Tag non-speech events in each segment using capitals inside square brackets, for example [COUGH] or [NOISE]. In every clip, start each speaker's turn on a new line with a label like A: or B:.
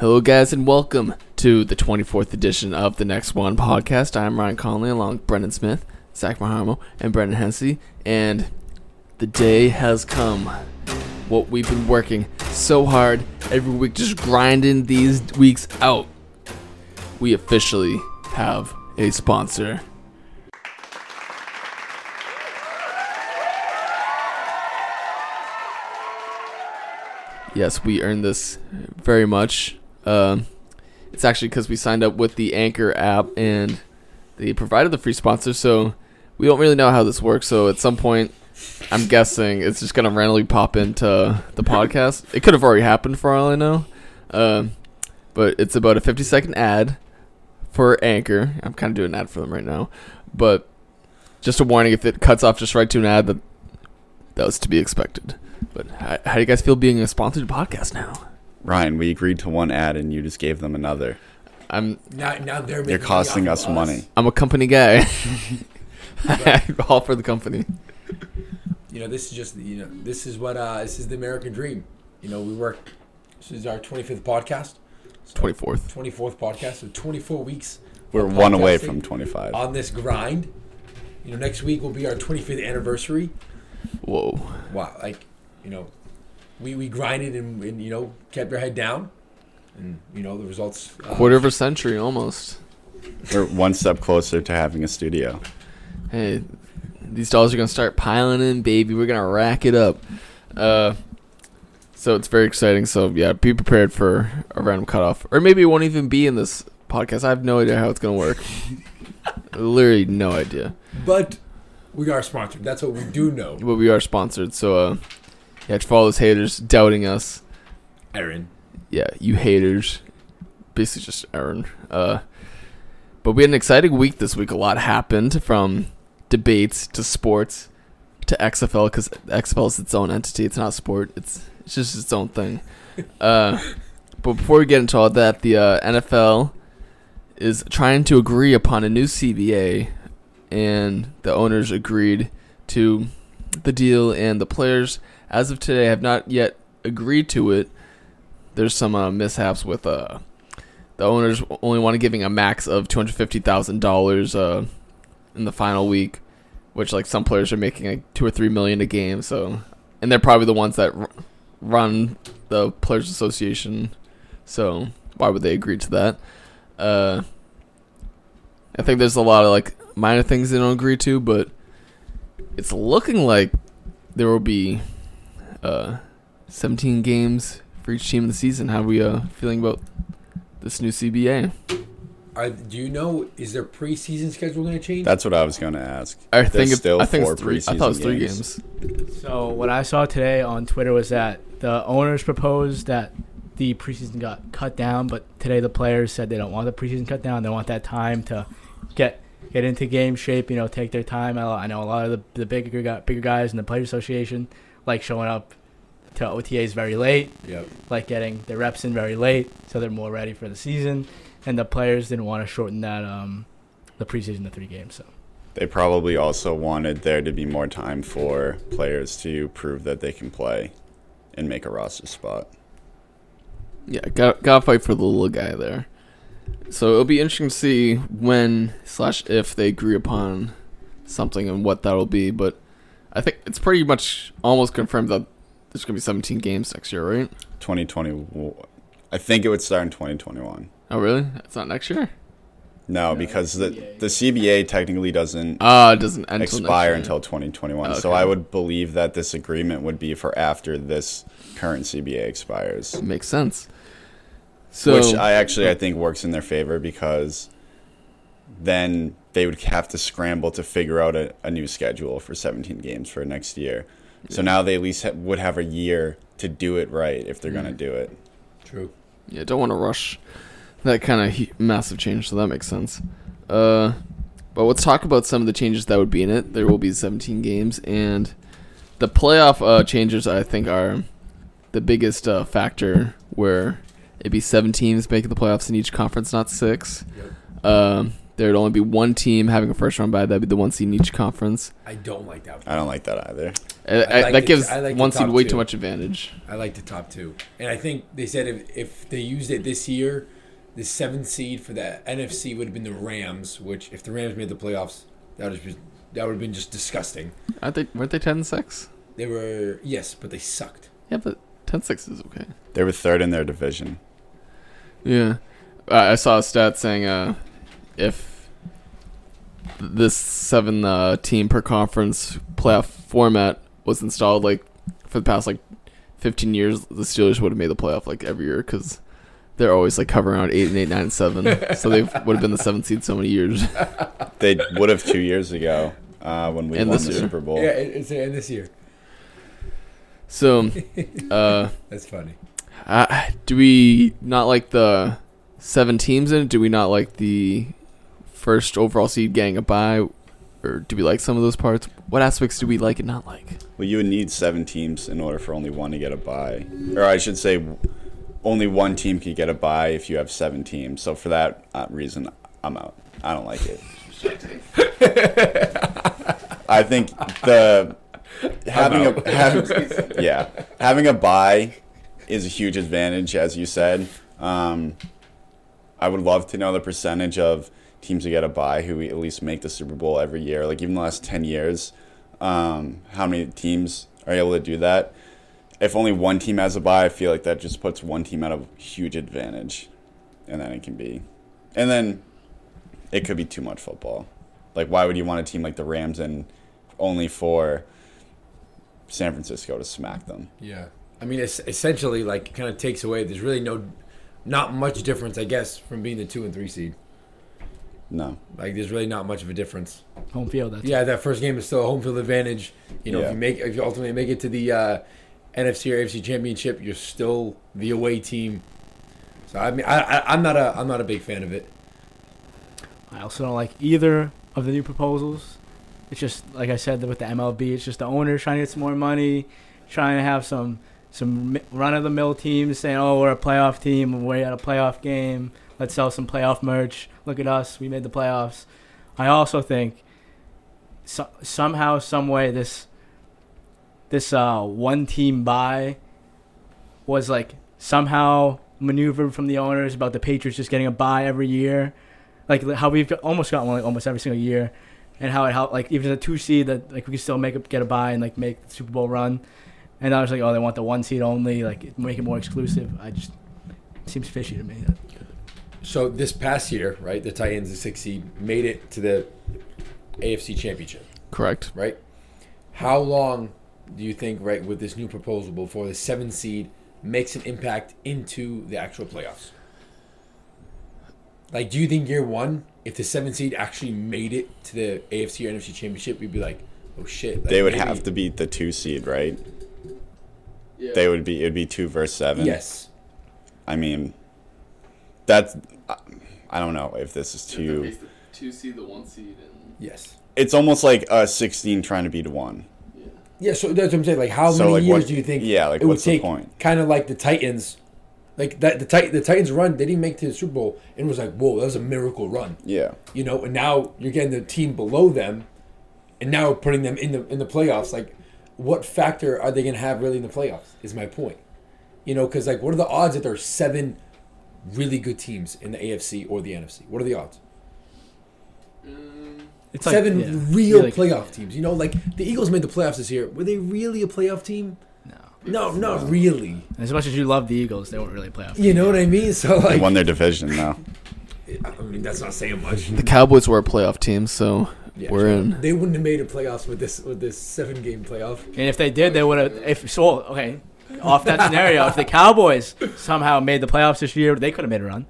A: Hello, guys, and welcome to the 24th edition of the Next One podcast. I'm Ryan Conley, along with Brendan Smith, Zach Mahamo, and Brendan Hensey. And the day has come. What we've been working so hard every week, just grinding these weeks out. We officially have a sponsor. Yes, we earned this very much. Um, it's actually because we signed up with the Anchor app and they provided the free sponsor, so we don't really know how this works. So at some point, I'm guessing it's just gonna randomly pop into the podcast. It could have already happened for all I know, um, but it's about a 50 second ad for Anchor. I'm kind of doing an ad for them right now, but just a warning: if it cuts off just right to an ad, that that was to be expected. But how, how do you guys feel being a sponsored podcast now?
B: Ryan, we agreed to one ad and you just gave them another.
A: I'm
C: Now, now they're
B: You're
C: making
B: costing
C: money
B: us
C: off of
B: money.
A: I'm a company guy. [LAUGHS] I all for the company.
C: You know, this is just you know, this is what uh, this is the American dream. You know, we work. This is our twenty fifth podcast.
A: 24th.
C: Twenty fourth podcast. So twenty four weeks.
B: We're
C: of
B: one away
C: podcasting Uh,
B: from 25.
C: on this grind. You know, next week will be our twenty fifth anniversary.
A: Whoa.
C: Wow, like you know, we we grinded and, and you know kept our head down, and you know the results. Uh,
A: Quarter of a century almost.
B: We're one step closer to having a studio.
A: Hey, these dollars are going to start piling in, baby. We're going to rack it up. Uh, so it's very exciting. So, yeah, be prepared for a random cutoff. Or maybe it won't even be in this podcast. I have no idea how it's going to work. Literally no idea.
C: But we are sponsored. That's what we do know.
A: But we are sponsored. So, uh, yeah, to all those haters doubting us,
C: Aaron,
A: yeah, you haters. Basically just Aaron. Uh, but we had an exciting week this week. A lot happened from debates to sports to XFL because XFL is its own entity. It's not sport. It's it's just its own thing. Uh, but before we get into all that, the uh, NFL is trying to agree upon a new CBA, and the owners agreed to the deal, and the players, as of today, have not yet agreed to it there's some uh, mishaps with uh, the owners only wanted giving a max of two hundred fifty thousand uh, dollars in the final week, which like some players are making like two or three million a game. So, and they're probably the ones that r- run the players association. So why would they agree to that? Uh, I think there's a lot of like minor things they don't agree to, but it's looking like there will be uh, 17 games for each team this season. How we uh, feeling about this new CBA?
C: are, do you know is their preseason schedule going to change?
B: That's what I was going to ask.
A: I think it's,
B: still
A: I think
B: four
A: it's three. I thought it was
B: preseason
A: three
B: games.
A: games.
D: So what I saw today on Twitter was that the owners proposed that the preseason got cut down, but today the players said they don't want the preseason cut down. They want that time to get get into game shape. You know, take their time. I I know a lot of the, the bigger gu- bigger guys in the players association like showing up to OTAs very late,
C: yep.
D: like getting their reps in very late, so they're more ready for the season. And the players didn't want to shorten that um the preseason to three games. So
B: They probably also wanted there to be more time for players to prove that they can play and make a roster spot.
A: Yeah, got got to fight for the little guy there. So it'll be interesting to see when slash if they agree upon something and what that'll be. But I think it's pretty much almost confirmed that there's gonna be 17 games next year, right?
B: 2020, I think it would start in 2021.
A: Oh, really? That's not next year.
B: No, because the,
D: CBA.
B: the CBA technically doesn't
A: Ah, it doesn't end till next
B: expire
A: year.
B: until 2021. So
A: Okay.
B: I would believe that this agreement would be for after this current CBA expires,
A: makes sense. So
B: which I actually I think works in their favor because then they would have to scramble to figure out a, a new schedule for 17 games for next year. So now they at least ha- would have a year to do it right if they're
A: Mm.
B: going to do it.
C: True.
A: Yeah, don't want to rush that kind of he- massive change, so that makes sense. Uh, but let's talk about some of the changes that would be in it. There will be 17 games, and the playoff uh, changes I think are the biggest uh, factor. Where it'd be seven teams making the playoffs in each conference, not six.
C: Yep.
A: Um, There would only be one team having a first round bye. That'd be the one seed in each conference.
C: I don't like that.
B: I don't like that either.
A: I, I,
C: like
A: that
C: the-
A: gives
C: I like the
A: one seed
C: top
A: way
C: two.
A: too much advantage.
C: I like the top two, and I think they said if, if they used it this year, the seventh seed for the NFC would have been the Rams. Which, if the Rams made the playoffs, that would have been, that would have been just disgusting.
A: Aren't they? Weren't they ten and six?
C: They were yes, but they sucked.
A: Yeah, but 10-6 is okay.
B: They were third in their division.
A: Yeah, uh, I saw a stat saying uh, if this seven uh, team per conference playoff format was installed like for the past like fifteen years, the Steelers would have made the playoff like every year because they're always like hovering around eight and eight, nine and seven. so they would have been the seventh seed so many years.
B: They would have two years ago uh, when we
A: And
B: won
A: this
B: the
A: year.
B: Super Bowl.
C: Yeah, it, it's and this year.
A: So, uh,
C: That's funny.
A: uh, do we not like the seven teams in it? Do we not like the first overall seed getting a bye? Or do we like some of those parts? What aspects do we like and not like?
B: Well, you would need seven teams in order for only one to get a bye. Or I should say, only one team could get a bye if you have seven teams. So for that uh, reason, I'm out. I don't like it. I think the having a [LAUGHS] having, yeah having a bye is a huge advantage, as you said. Um, I would love to know the percentage of teams who get a bye who at least make the Super Bowl every year. Like even the last ten years, um, how many teams are able to do that? If only one team has a bye, I feel like that just puts one team at a huge advantage, and then it can be, and then it could be too much football. Like why would you want a team like the Rams and only for San Francisco to smack them?
C: Yeah, I mean, it's essentially like kind of takes away. There's really no, not much difference, I guess, from being the two and three seed.
B: No,
C: Like, there's really not much of a difference.
D: Home field. That's
C: Yeah, that first game is still a home field advantage. You know, if
B: Yeah.
C: you make, if you ultimately make it to the uh, NFC or AFC championship, you're still the away team. So I mean, I, I I'm not a I'm not a big fan of it.
D: I also don't like either of the new proposals. It's just like I said with the MLB. It's just the owners trying to get some more money, trying to have some some run of the mill teams saying, "Oh, we're a playoff team. We're at a playoff game. Let's sell some playoff merch. Look at us. We made the playoffs." I also think so- somehow, some way, this this uh, one team buy was like somehow maneuvered from the owners about the Patriots just getting a buy every year like li- how we've almost gotten one like almost every single year, and how it helped like even the two seed that like we can still make a, get a buy and like make the Super Bowl run, and I was like oh they want the one seed only like make it more exclusive. I just it seems fishy to me.
C: So this past year, right, the Titans, the six seed, made it to the AFC championship.
A: Correct.
C: right? How long do you think, right, with this new proposal before the seven seed makes an impact into the actual playoffs? Like, do you think year one, if the seven seed actually made it to the AFC or NFC championship, we'd be like, oh shit? Like,
B: they would
C: maybe-
B: have to beat the two seed, right? They would be. It'd be two versus seven.
C: Yes.
B: I mean, that's. I- I don't know if this is too.
A: Two seed, the one seed, and
C: Yes.
B: It's almost like a 16 trying to beat a one.
C: Yeah, so that's what I'm saying. Like, how
B: So,
C: many
B: like,
C: years
B: what-
C: do you think?
B: yeah, like,
C: it would
B: what's the
C: take
B: point?
C: Kind of like the Titans, like that the Tit- the Titans run. They didn't make it to the Super Bowl, and it was like, whoa, that was a miracle run.
B: Yeah.
C: you know, and now you're getting the team below them, and now putting them in the in the playoffs. Like, what factor are they going to have really in the playoffs? Is my point. You know, because like, what are the odds that there are seven really good teams in the AFC or the NFC? What are the odds?
D: It's
C: seven
D: yeah.
C: real
D: Yeah, like-
C: playoff teams. You know, like the Eagles made the playoffs this year. Were they really a playoff team?
D: No.
C: No, not really.
D: As much as you love the Eagles, they weren't really playoff.
C: You know what I mean? So
B: They
C: like,
B: won their division, though.
C: I mean, that's not saying much.
A: the Cowboys were a playoff team, so
C: Yeah,
A: we're
C: sure.
A: in.
C: They wouldn't have made a playoffs with this with this seven game playoff.
D: And if they did, they would have. If so, okay. Off that scenario, if the Cowboys somehow made the playoffs this year, they could have made a run.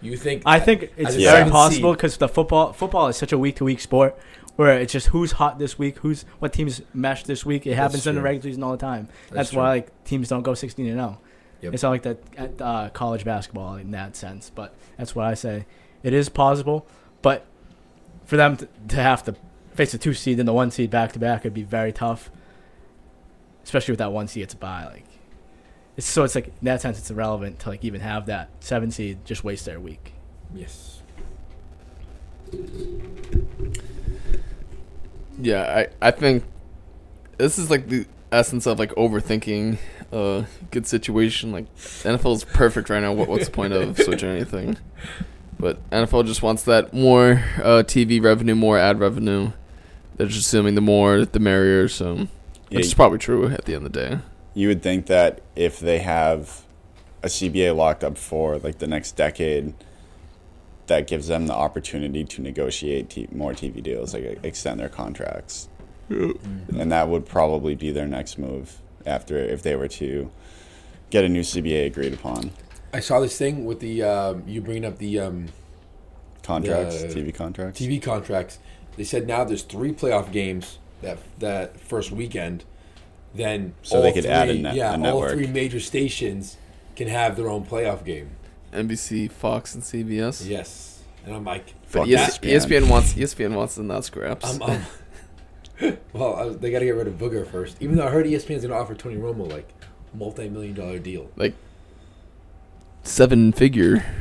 C: You think?
D: I think it's
C: a
D: very
B: seventh
D: possible
C: seed.
D: because the football football is such a week to week sport where it's just who's hot this week, who's what teams mesh this week. It happens in the
C: true.
D: regular season all the time.
C: That's
D: That's, why like teams don't go sixteen and zero.
C: Yep.
D: It's not like that at uh, college basketball in that sense, but that's what I say. It is possible, but for them to, to have to face the two seed and the one seed back to back would be very tough, especially with that one seed it's a bye. Like, it's, so it's like in that sense it's irrelevant to like even have that seven seed just waste their week.
C: Yes.
A: Yeah, I, I think this is like the essence of like overthinking a good situation. Like NFL is perfect right now. What, what's the point
C: [LAUGHS]
A: of switching anything? But NFL just wants that more uh, TV revenue, more ad revenue. They're just assuming the more, the merrier. So,
B: Yeah,
A: which is probably true at the end of the day.
B: you would think that if they have a CBA locked up for like the next decade, that gives them the opportunity to negotiate t- more TV deals, like e-, extend their contracts, and that would probably be their next move after if they were to get a new CBA agreed upon
C: I saw this thing with the um, you bringing up the um,
B: contracts,
C: Yeah.
B: TV contracts.
C: TV contracts. They said now there's three playoff games that that first weekend. Then
B: So they could add a ne-
C: yeah,
B: a
C: all
B: network.
C: three major stations can have their own playoff game.
A: NBC, Fox, and CBS.
C: Yes, and I'm like,
A: But E
B: Fuck
A: ES-
B: ESPN.
A: ESPN. wants E ESPN wants the not scraps.
C: I'm, I'm [LAUGHS] well, I, they got to get rid of Booger first. Even though I heard E ESPN's gonna offer Tony Romo like multi-million dollar deal.
A: like seven figure.
C: [LAUGHS]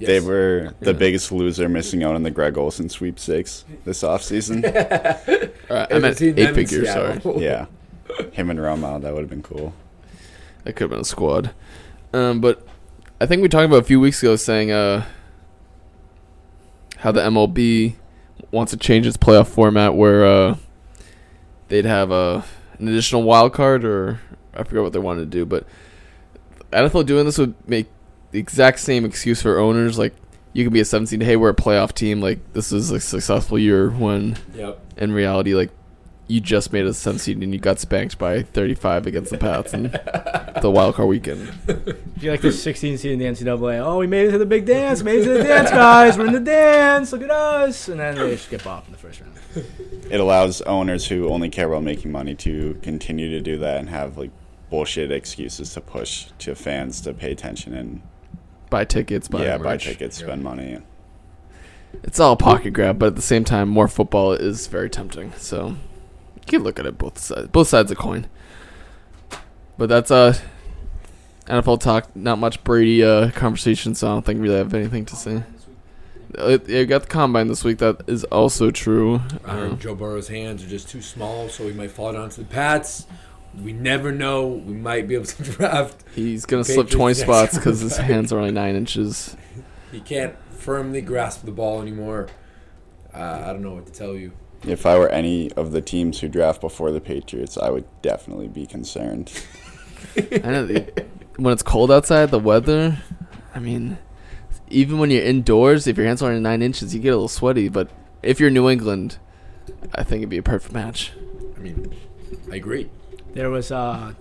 C: Yes.
B: They were
A: Yeah.
B: the biggest loser missing out on the Greg Olson sweepstakes this offseason.
A: Or, Uh, I meant
C: seen them
A: eight
C: in
A: figure.
C: Seattle.
A: Sorry,
C: [LAUGHS]
B: yeah. Him and Romo, that would have been cool.
A: that could have been a squad. Um, but I think we talked about a few weeks ago saying uh, how the MLB wants to change its playoff format where uh, they'd have a an additional wild card or I forgot what they wanted to do, but NFL doing this would make the exact same excuse for owners like. You could be a 17. Hey, we're a playoff team. Like this is a successful year when
C: Yep.
A: in reality, like you just made a seven seed and you got spanked by 35 against the Pats and the wild card weekend.
D: If you like the 16 seed in the NCAA, oh, we made it to the big dance, made it to the dance, guys, we're in the dance, look at us, and then they just get bopped in the first round.
B: it allows owners who only care about making money to continue to do that and have like bullshit excuses to push to fans to pay attention and
A: Buy tickets, buy
B: yeah buy
A: merch.
B: tickets spend money
A: It's all a pocket grab, but at the same time, more football is very tempting. So you can look at it both sides, both sides of the coin. But that's uh NFL talk. Not much Brady uh, conversation, so I don't think we really have anything to say. Uh, yeah, you got the combine this week. That is also true.
C: I heard
A: Um,
C: Joe Burrow's hands are just too small, so he might fall down to the Pats. We never know. We might be able to [LAUGHS] draft.
A: he's gonna slip
C: Patriots
A: 20
C: next
A: spots because his
C: combine.
A: hands are only nine inches.
C: He can't firmly grasp the ball anymore. Uh, I don't know what to tell you.
B: if i were any of the teams who draft before the patriots i would definitely be concerned
A: I know the, when it's cold outside, the weather. I mean, even when you're indoors, if your hands are only nine inches, you get a little sweaty. But if you're New England, I think it'd be a perfect match.
C: I mean, I agree.
D: There was, uh,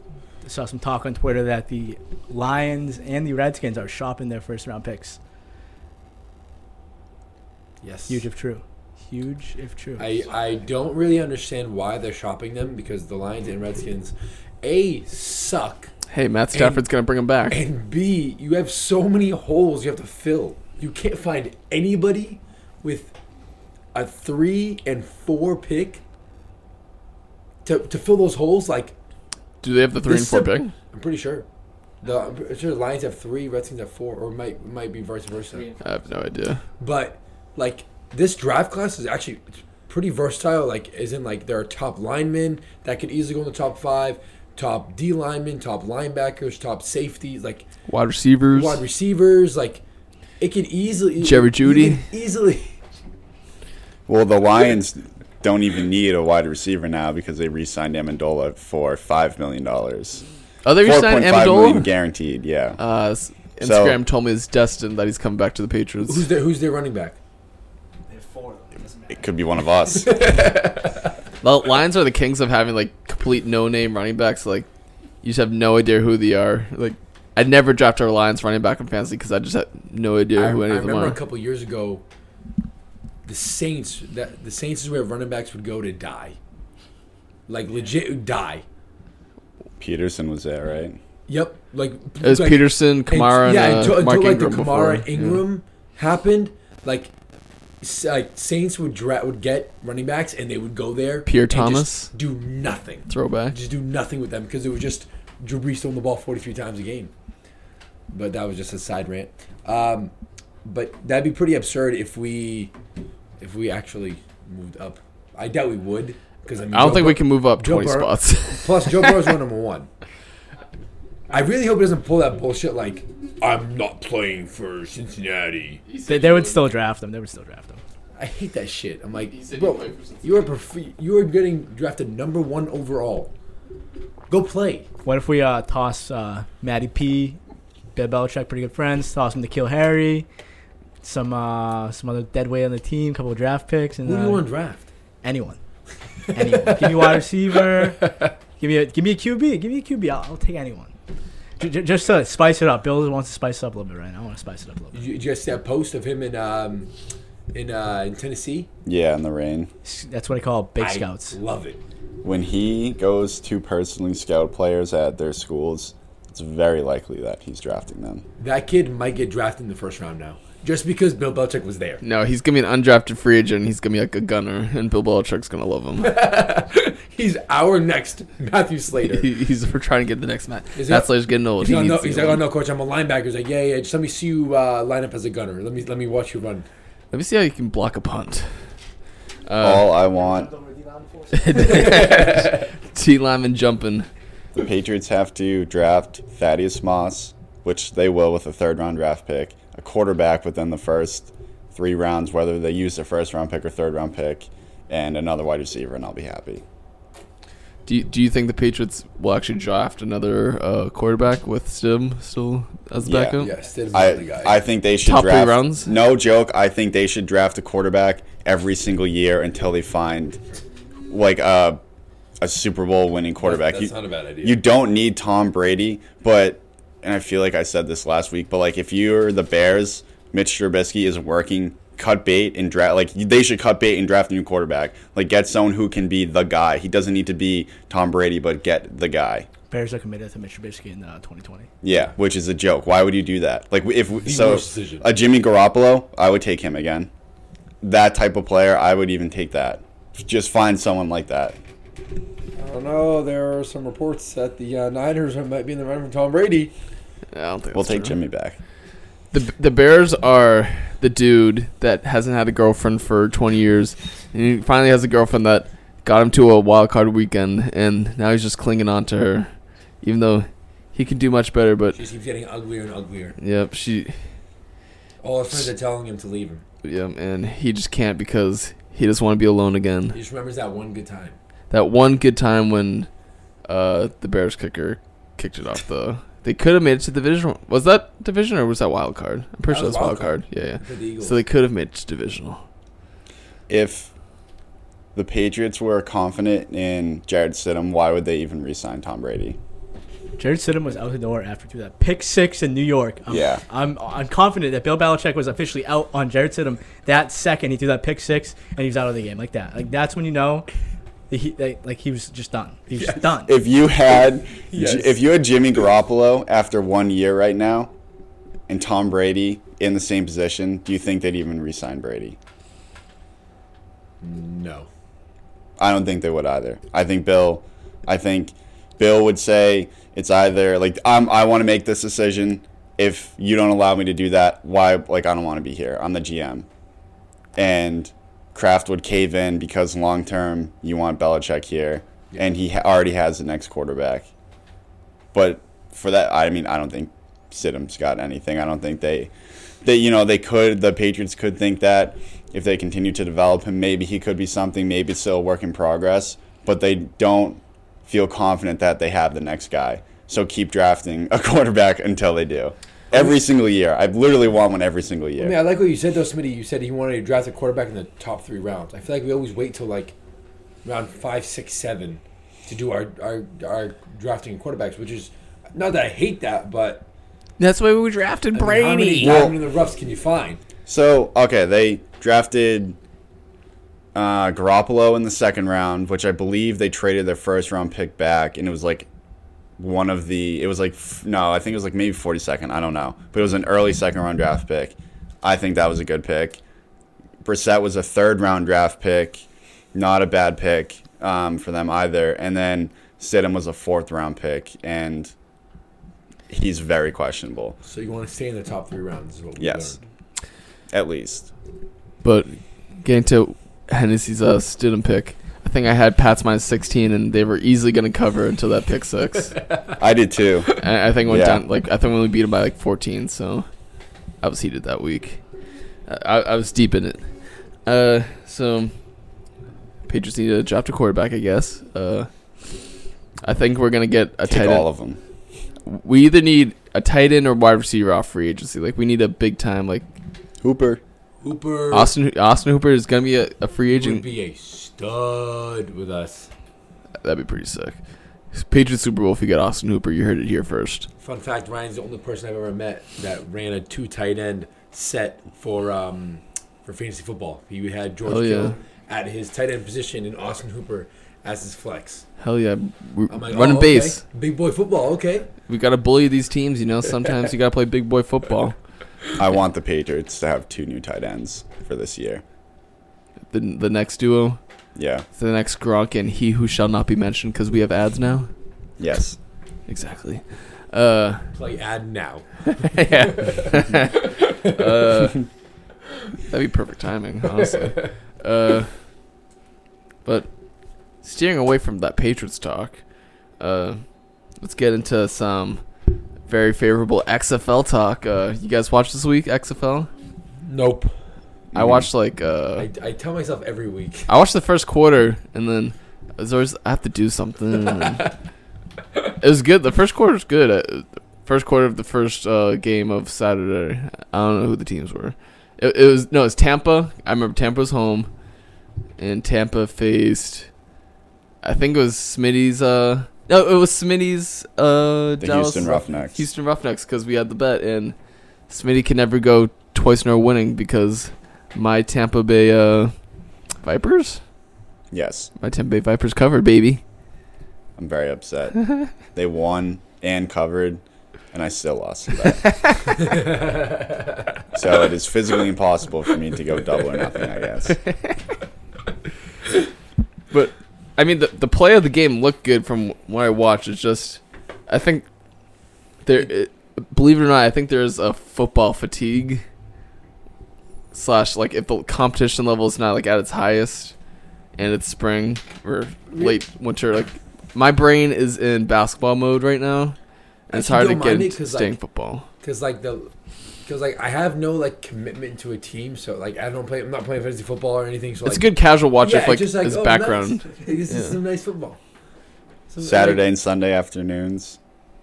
D: I saw some talk on Twitter that the Lions and the Redskins are shopping their first round picks.
C: Yes.
D: Huge if true. Huge if true.
C: I, I don't really understand why they're shopping them because the Lions and Redskins, A, suck,
A: Hey, Matt Stafford's gonna bring him back.
C: and B, you have so many holes you have to fill. You can't find anybody with a three and four pick to, to fill those holes. Like,
A: Do they have the three and
C: This
A: four
C: is a-
A: pick?
C: I'm pretty sure. The, I'm pretty sure the Lions have three, Redskins have four, or might might be vice versa.
A: I have no idea.
C: But like this draft class is actually pretty versatile. Like, is in like there are top linemen that could easily go in the top five, top D linemen, top linebackers, top safeties, like
A: Wide receivers.
C: wide receivers. Like, it could easily
A: Jerry
C: it
A: Jeudy?
C: can easily. [LAUGHS]
B: well
A: [LAUGHS]
B: the lions don't even need a wide receiver now because they re-signed amendola for five million dollars
A: oh, they resigned
B: 4.5 million
A: Amendola.
B: guaranteed yeah
A: Uh, s-
B: So-
A: Instagram told me it's destined that he's coming back to the
C: [LAUGHS]
A: Patriots.
C: Who's their Who's their running back?
B: it could be one of
A: [LAUGHS]
B: us
A: The Lions are the kings of having like complete no-name running backs. Like you just have no idea who they are. Like I never dropped our Lions running back in fantasy because I just had no idea
C: I, I
A: who any of them
C: remember
A: are.
C: a couple years ago, the Saints that the Saints is where running backs would go to die, like legit die.
B: peterson was there right
C: Yep, like
A: it was
C: like,
A: Peterson,
C: And-
A: Kamara, and,
C: yeah,
A: uh,
C: until, until,
A: Mark
C: like
A: Ingram
C: the Kamara
A: before.
C: Ingram happened, like s- like Saints would dra- would get running backs and they would go there.
A: Pierre
C: and just
A: Thomas?
C: do nothing,
A: Yeah. throwback.
C: just do nothing with them because it was just Drew Brees throwing the ball forty three times a game. But that was just a side rant. Um, but that'd be pretty absurd if we if we actually moved up. I doubt we would because I, mean,
A: I don't
C: Joe
A: think we
C: Bur-
A: can move up
C: Joe
A: 20
C: Burrow-
A: spots. [LAUGHS]
C: [LAUGHS] Plus, Joe Burrow's one number one. I really hope he doesn't pull that bullshit like I'm not playing for Cincinnati.
D: They, they would still draft him. They would still draft him.
C: I hate that shit. I'm like,
A: said he
C: bro,
A: played for Cincinnati."
C: you are perf- you are getting drafted number one overall. Go play.
D: What if we uh, toss uh, Matty P, Bill Belichick, pretty good friends, toss him to kill Harry, some uh, some other dead weight on the team, couple of draft picks, and
C: Who do
D: uh,
C: you want to draft?
D: anyone. anyone. Give me a wide receiver. Give me a give me a QB. Give me a QB. I'll, I'll take anyone. J- j- just to spice it up. Bill wants to spice it up a little bit right now. I want to spice it up a little bit.
C: You just that post of him in um in uh in Tennessee.
B: Yeah, in the rain.
D: S- That's what I call big
C: I
D: scouts.
C: love it.
B: When he goes to personally scout players at their schools, it's very likely that he's drafting them.
C: That kid might get drafted in the first round now, just because Bill Belichick was there.
A: no, he's gonna be an undrafted free agent. He's gonna be like a gunner, and Bill Belichick's gonna love
C: [LAUGHS]
A: him.
C: He's our next [LAUGHS] Matthew
A: [LAUGHS]
C: Slater.
A: He- he's we're trying to get the next match.
C: Is
A: That's
C: he-
A: Slater's getting old.
C: He's,
A: He
C: like, oh, no,
A: needs to
C: he's
A: get
C: like, oh
A: one.
C: no, coach, I'm a linebacker. He's like, yeah, yeah, just let me see you uh, line up as a gunner. Let me let me watch you run.
A: Let me see how you can block a punt. [LAUGHS] Uh,
B: All I want,
A: T lineman jumping.
B: the Patriots have to draft Thaddeus Moss, which they will with a third round draft pick, a quarterback within the first three rounds, whether they use their first round pick or third round pick, and another wide receiver, and I'll be happy.
A: Do you, do you think the Patriots will actually draft another uh, quarterback with Stim still as the
B: Yeah.
A: backup?
C: Yes, that's the
B: I,
C: guy.
B: I think they should
A: Top three
B: draft.
A: rounds?
B: No joke. I think they should draft a quarterback every single year until they find like a a Super Bowl winning quarterback.
C: That's
B: you,
C: not a bad idea.
B: you don't need Tom Brady, but and I feel like I said this last week, but like if you're the Bears, Mitch Trubisky is working cut bait and draft like they should cut bait and draft a new quarterback. Like get someone who can be the guy. He doesn't need to be Tom Brady, but get the guy.
D: Bears are committed to Mitch Trubisky in uh, 2020.
B: Yeah, which is a joke. Why would you do that? Like if so,
C: worst decision.
B: a Jimmy Garoppolo, I would take him again. That type of player, I would even take that. Just find someone like that.
C: I don't know. There are some reports that the uh, Niners might be in the run for Tom Brady.
A: I don't think
B: We'll
A: that's
B: take
A: true.
B: Jimmy back.
A: The the Bears are the dude that hasn't had a girlfriend for 20 years, and he finally has a girlfriend that got him to a wild card weekend, and now he's just clinging on to her, even though he could do much better. But
C: She just keeps getting uglier and uglier.
A: yep, she
C: All his friends are telling him to leave him.
A: yep, and he just can't because he just want to be alone again.
C: He just remembers that one good time.
A: that one good time when uh, the Bears kicker kicked it off the. They could have made it to divisional. Was that division or was that wild card? I'm pretty
C: That
A: sure
C: was
A: that's wild
C: wild
A: card. Yeah,
C: For the
A: yeah.
C: Eagles.
A: So they could have made it to divisional.
B: If the Patriots were confident in Jared Stidham, why would they even re-sign Tom Brady?
D: Jared Stidham was out the door after through that pick six in New York. I'm,
B: Yeah.
D: I'm I'm confident that Bill Belichick was officially out on Jared Stidham that second he threw that pick six and he was out of the game like that. Like that's when you know, that he that, like he was just done. He was just done.
B: If you had,
C: Yes.
B: if you had Jimmy Garoppolo after one year right now, and Tom Brady in the same position, do you think they'd even re-sign Brady?
C: No.
B: I don't think they would either. I think Bill, I think Bill would say it's either like I'm, I want to make this decision. If you don't allow me to do that, why? Like I don't want to be here. I'm the GM, and Kraft would cave in because long term you want Belichick here, and he ha- already has the next quarterback. But for that, I mean, I don't think Stidham's got anything. I don't think they that you know they could the Patriots could think that if they continue to develop him, maybe he could be something. Maybe it's still a work in progress, but they don't feel confident that they have the next guy. So keep drafting a [LAUGHS] quarterback until they do. Every single year, I've literally won one every single
C: I mean,
B: year.
C: I like what you said though, Smitty. You said he wanted to draft a quarterback in the top three rounds. I feel like we always wait till like round five, six, seven to do our our, our drafting quarterbacks, which is not that I hate that, but
A: That's why we drafted
C: I mean, how many
A: Brady.
C: diamond in the roughs can you find?
B: So okay, they drafted uh, Garoppolo in the second round, which I believe they traded their first round pick back, and it was like one of the. It was like f- no, I think it was like maybe forty second. I don't know, but it was an early second round draft pick. I think that was a good pick. Brissett was a third round draft pick, not a bad pick um, for them either. And then Stidham was a fourth round pick, and he's very questionable,
C: So you want to stay in the top three rounds? Is what we
B: Yes.
C: learned.
B: at least.
A: But getting to Hennessy's uh, student pick. I think I had Pats minus 16, and they were easily going to cover until that pick six.
B: I did too.
A: I, I think it went
B: Yeah.
A: down like I think we only beat them by like 14, so I was heated that week. I, I I was deep in it. Uh, so Patriots need to draft a quarterback, I guess. Uh, I think we're gonna get a tight
B: Take
A: end.
B: all of them.
A: We either need a tight end or wide receiver off free agency. Like we need a big time. Like
B: Hooper.
C: Hooper
A: Austin Austin Hooper is gonna be a, a free
C: would
A: agent.
C: be a stud with us.
A: That'd be pretty sick. Patriots Super Bowl if you get Austin Hooper, you heard it here first.
C: Fun fact: Ryan's the only person I've ever met that ran a two tight end set for um, for fantasy football. He had George
A: Hell yeah.
C: Kittle at his tight end position and Austin Hooper as his flex.
A: Hell yeah, we're
C: I'm like,
A: running
C: oh, okay.
A: base.
C: big boy football. Okay,
A: We gotta bully these teams, you know. Sometimes you gotta play big boy football.
B: I want the Patriots to have two new tight ends for this year.
A: The the next duo,
B: Yeah.
A: the next Gronk and he who shall not be mentioned, because we have ads now.
B: Yes.
A: Exactly. Uh, [LAUGHS]
C: play ad now.
A: yeah. [LAUGHS] uh, that'd be perfect timing, honestly. Uh, but steering away from that Patriots talk, uh, let's get into some very favorable XFL talk. Uh, you guys watch this week XFL?
C: Nope.
A: I watched like uh,
C: I, I tell myself every week.
A: [LAUGHS]
C: [LAUGHS]
A: I watched the first quarter and then I was always I have to do something. it was good. The first quarter was good. Uh, First quarter of the first uh, game of Saturday. I don't know who the teams were. It, it was no, it was Tampa. I remember Tampa was home, and Tampa faced. I think it was Smitty's. Uh, no, it was Smitty's. Uh,
B: The
A: Dallas
B: Houston Roughnecks.
A: Houston Roughnecks because we had the bet and Smitty can never go twice in a row winning because my Tampa Bay uh, Vipers,
B: Yes.
A: my Tampa Bay Vipers covered, baby.
B: I'm very
C: [LAUGHS]
B: upset. they won and covered, and I still lost to that. so it is physically impossible for me to go double or nothing, I
C: [LAUGHS]
B: guess.
A: But I mean, the the play of the game looked good from what I watched. It's just, I think there, it, believe it or not, I think there's a football fatigue slash like if the competition level is not like at its highest and it's spring or late winter like my brain is in basketball mode right now and it's
C: Actually,
A: hard to
C: don't
A: get
C: mind it
A: into
C: 'cause,
A: staying
C: like,
A: football
C: Cause like the, cause like I have no like commitment to a team, so like I don't play. I'm not playing fantasy football or anything. So
A: it's
C: like,
A: good casual watch
C: yeah,
A: if like,
C: just
A: as
C: oh,
A: background
C: nice. [LAUGHS] This
A: Yeah.
C: is some nice football. Some- like,
B: Saturday and Sunday afternoons,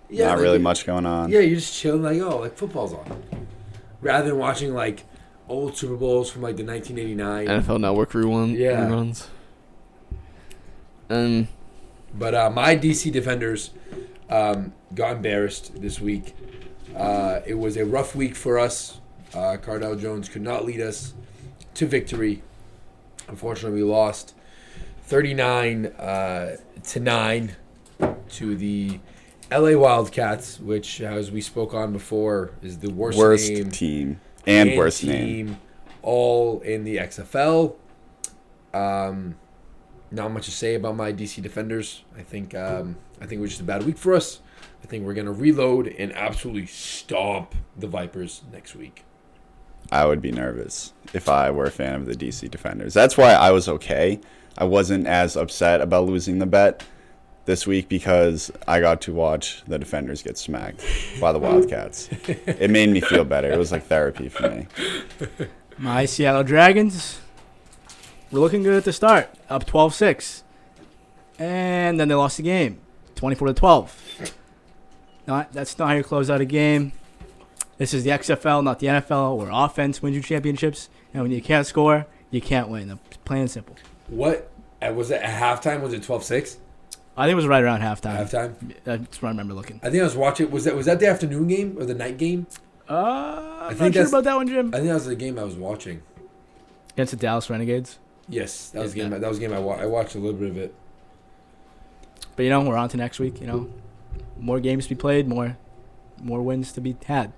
C: yeah,
B: not
C: like,
B: really
C: you-
B: much going on.
C: Yeah, you're just chilling, like, oh, like football's on. Rather than watching like old Super Bowls from like the 1989.
A: NFL Network rerun
C: Yeah.
A: reruns and
C: But uh, my DC defenders um, got embarrassed this week. Uh, it was a rough week for us. Uh, Cardell Jones could not lead us to victory. Unfortunately, we lost 39 uh, to 9 to the LA Wildcats, which, as we spoke on before, is the worst,
B: Worst
C: name
B: team and, worst name.
C: all in the XFL. Um, not much to say about my DC defenders. I think um, I think it was just a bad week for us. I think we're gonna reload and absolutely stomp the Vipers next week.
B: I would be nervous if I were a fan of the DC Defenders. That's why I was okay. I wasn't as upset about losing the bet this week because I got to watch the Defenders get smacked by the Wildcats. it made me feel better. It was like therapy for me.
D: My Seattle Dragons were looking good at the start, up 12 6. And then they lost the game, 24 to 12. Not That's not how you close out a game. This is the XFL, not the NFL, where offense wins you championships. And when you can't score, you can't win. It's Plain and simple.
C: What uh, was it at halftime? Was it 12-6
D: I think it was right around halftime.
C: halftime?
D: That's what I remember looking.
C: I think I was watching. Was that was that the afternoon game or the night game?
D: Uh, I'm
C: think
D: not sure
C: that's-
D: about that one, Jim.
C: I think that was the game I was watching.
D: Against the Dallas Renegades.
C: Yes, that was the
D: Yeah.
C: game. That was the game I wa- I watched a little bit
B: [LAUGHS]
C: of it.
D: But you know, we're on to next week. You know, more games to be played, more, more wins to be had.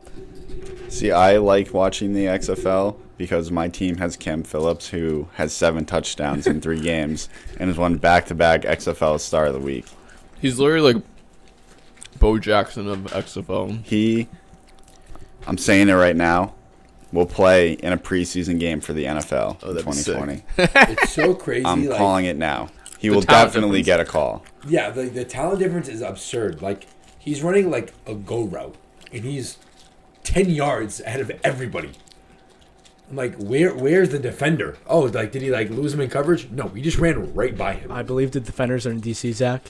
B: See, I like watching the XFL because my team has Cam Phillips, who has seven touchdowns in three games and has won back to back XFL Star of the Week.
A: He's literally like Bo Jackson of XFL.
B: He, I'm saying it right now, will play in a preseason game for the NFL
A: Oh,
B: in
A: that'd be sick. [LAUGHS]
B: 2020.
C: It's so crazy.
B: I'm
C: like,
B: calling it now. He will
A: talent
B: definitely
A: difference.
B: get a call.
C: Yeah, the, the talent difference is absurd. Like he's running like a go route, and he's ten yards ahead of everybody. I'm like, where where's the defender? Oh, like did he like lose him in coverage? No, he just ran right by him.
D: I believe the defenders are in DC, Zach.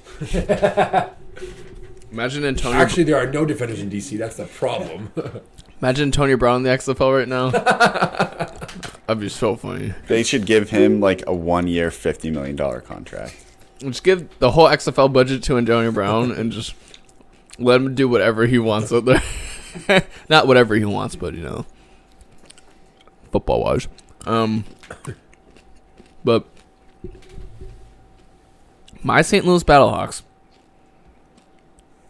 A: Imagine Antonio.
C: Actually, there are no defenders in DC. That's the problem. [LAUGHS]
A: imagine Antonio Brown in the XFL right now. That'd be so funny.
B: They should give him like a one year, $50 million contract.
A: Just give the whole XFL budget to Antonio Brown and just let him do whatever he wants out there. [LAUGHS] Not whatever he wants, but you know, football wise. Um, but my St. Louis Battlehawks.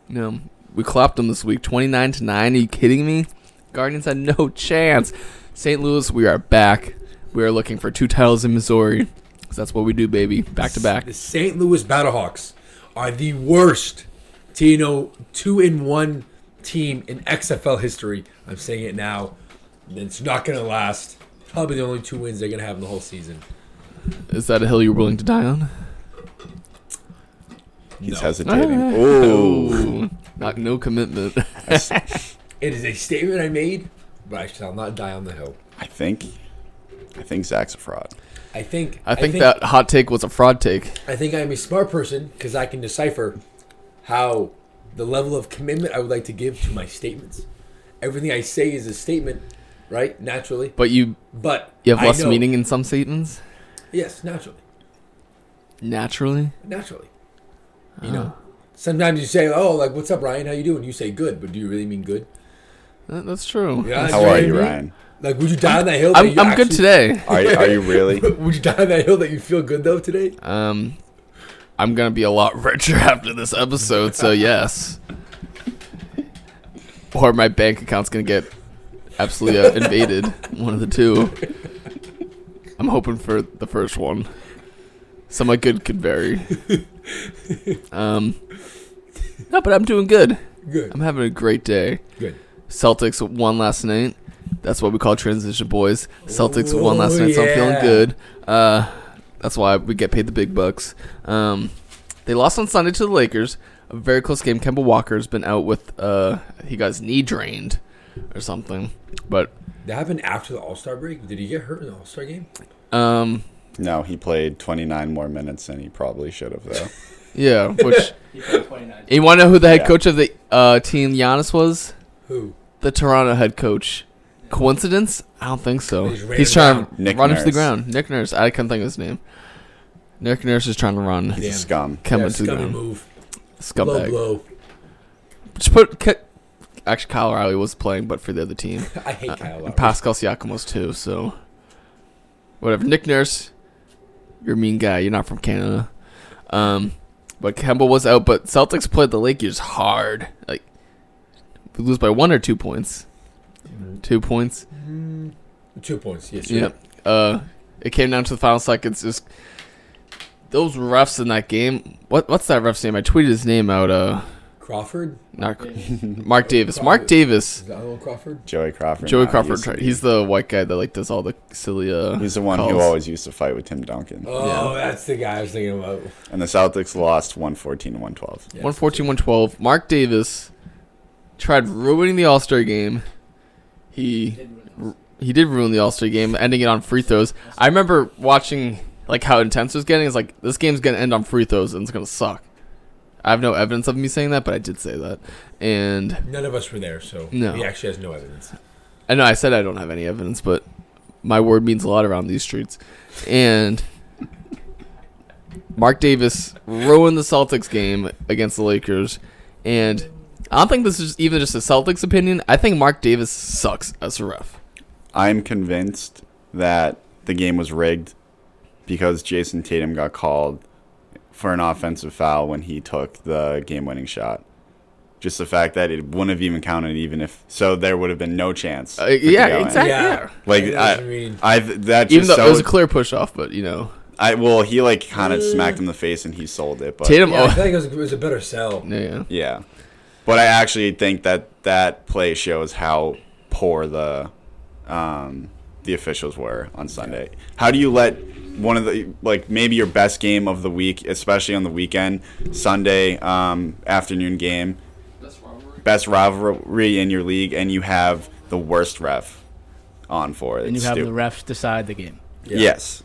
A: You know, we clapped them this week, twenty nine to nine. Are you kidding me? Guardians had no [LAUGHS] chance. St. Louis, we are back. We are looking for two titles in Missouri. 'Cause that's what we do, baby. Back to back.
C: The St. Louis Battlehawks are the worst Tino two in one team in XFL history. I'm saying it now. It's not gonna last. Probably the only two wins they're gonna have in the whole season.
A: Is that a hill you're willing to die on?
B: He's
C: No.
A: [LAUGHS]
B: hesitating. Ooh.
A: Not no
C: [LAUGHS]
A: commitment.
B: I s- I
C: It is a statement I made, but I shall not die on the hill.
B: think. I think Zach's a fraud.
C: I think.
A: I think that hot take was a fraud take.
C: I think I am a smart person because I can decipher how the level of commitment I would like to give to my statements. Everything I say is a statement, right? Naturally,
A: But you
C: but
A: you have
C: I
A: less
C: know-
A: meaning in some statements
C: Yes, naturally,
A: naturally.
C: naturally. You know,
A: Ah.
C: sometimes you say, "Oh, like what's up, Ryan? How you doing?" You say "good," but do you really mean good?
A: That- that's true.
C: Yeah,
B: How
C: you know
B: are
C: what I
B: you,
C: mean?
B: Ryan?
C: Like, would you die on that hill? that
A: I'm,
C: you
A: I'm good
C: actually-
A: today.
B: Are, you- are you really? [LAUGHS]
C: [LAUGHS] Would you die on that hill that you feel good though today?
A: Um, I'm gonna be a lot [LAUGHS] richer after this episode. So yes. Or my bank account's gonna get absolutely uh, invaded. One of the two. I'm hoping for the first one. So my good could vary. Um, no, but I'm doing good.
C: Good,
A: I'm having a great day.
C: good.
A: Celtics won last night. That's what we call transition boys. Celtics won last
C: Oh,
A: night, so I'm feeling
C: yeah.
A: good. Uh, that's why we get paid the big bucks. Um, they lost on Sunday to the Lakers. A very close game. Kemba Walker's been out with uh, he got his knee drained or something. But
C: That happened after the All Star break. Did he get hurt in the All Star game?
A: um,
B: No, he played 29 more minutes than he probably should
A: [LAUGHS]
B: have, though.
A: yeah, which
D: He played 29.
A: you want to know who the head
B: Yeah.
A: coach of the uh, team Giannis was?
C: Who?
A: The Toronto head coach. Coincidence? I don't think so.
C: They just ran
A: He's
C: him
A: trying
C: down.
A: to
B: Nick
A: run him to the
B: Nurse.
A: ground. Nick Nurse. I can't think of his name. Nick Nurse is trying to run
B: He's
C: Damn.
B: a scum.
A: Kemba
C: Yeah,
A: to the
C: scummy
A: ground.
C: move. Low
A: Scumbag.
C: blow. [LAUGHS]
A: Just put. Ke- Actually, Kyle Riley was playing, but for the other team.
C: I hate Kyle Lowry.
A: And Pascal Siakam was too, so. Whatever. Nick Nurse, you're a mean guy. You're not from Canada. Um, but Kemba was out, but Celtics played the Lakers hard. Like, we lose by one or two points. Two points.
C: Mm-hmm. Two points. Yes. you're
A: Yep. Uh, it came down to the final seconds. Just those refs in that game. What what's that ref's name? I tweeted his name out. Uh,
C: right. Crawford.
A: not [LAUGHS] Mark Davis. Mark
C: Is
A: Davis.
C: that Alan Crawford?
B: Joey Crawford.
A: Joey
B: nah,
A: Crawford.
B: he's-
A: He's, the white guy that like does all the silly. Uh,
B: He's
A: [LAUGHS]
B: the one who
A: calls.
B: always used to fight with Tim Duncan.
C: Oh, that's the guy I was thinking about.
B: And the Celtics lost 114 to 112.
C: Yeah.
A: 114, 112. Mark Davis tried ruining the All Star game. He he did ruin the All Star game, ending it on free throws. I remember watching like how intense it was getting. It's like this game's gonna end on free throws and it's gonna suck. I have no evidence of me saying that, but I did say that. And
C: None of us were there, so
A: No.
C: he actually has no evidence.
A: I know I said I don't have any evidence, but my word means a lot around these streets. And Mark Davis ruined the Celtics game against the Lakers. And I don't think this is even just a Celtics opinion. I think Mark Davis sucks as a ref.
B: I'm convinced that the game was rigged because Jason Tatum got called for an offensive foul when he took the game winning shot. Just the fact that it wouldn't have even counted, even if so, there would have been no chance.
A: Uh,
B: for the
A: yeah,
B: go-in.
A: exactly. Yeah.
B: Like
C: I know
B: I,
C: what you mean.
B: I that
A: Even
B: just
A: though
B: so
A: it was a clear push off, but you know,
B: I well, he like kind of smacked him in the face and he sold it, but
A: Tatum.
C: Yeah, I
A: oh,
C: feel like it was, it was a better sell.
A: yeah, yeah.
B: yeah. But I actually think that that play shows how poor the um, the officials were on Sunday. How do you let one of the like maybe your best game of the week, especially on the weekend, Sunday um, afternoon game, best rivalry in your league, and you have the worst ref on for it?
D: and you
B: It's
D: have the
B: stupid.
D: refs decide the game.
C: Yeah.
B: Yes.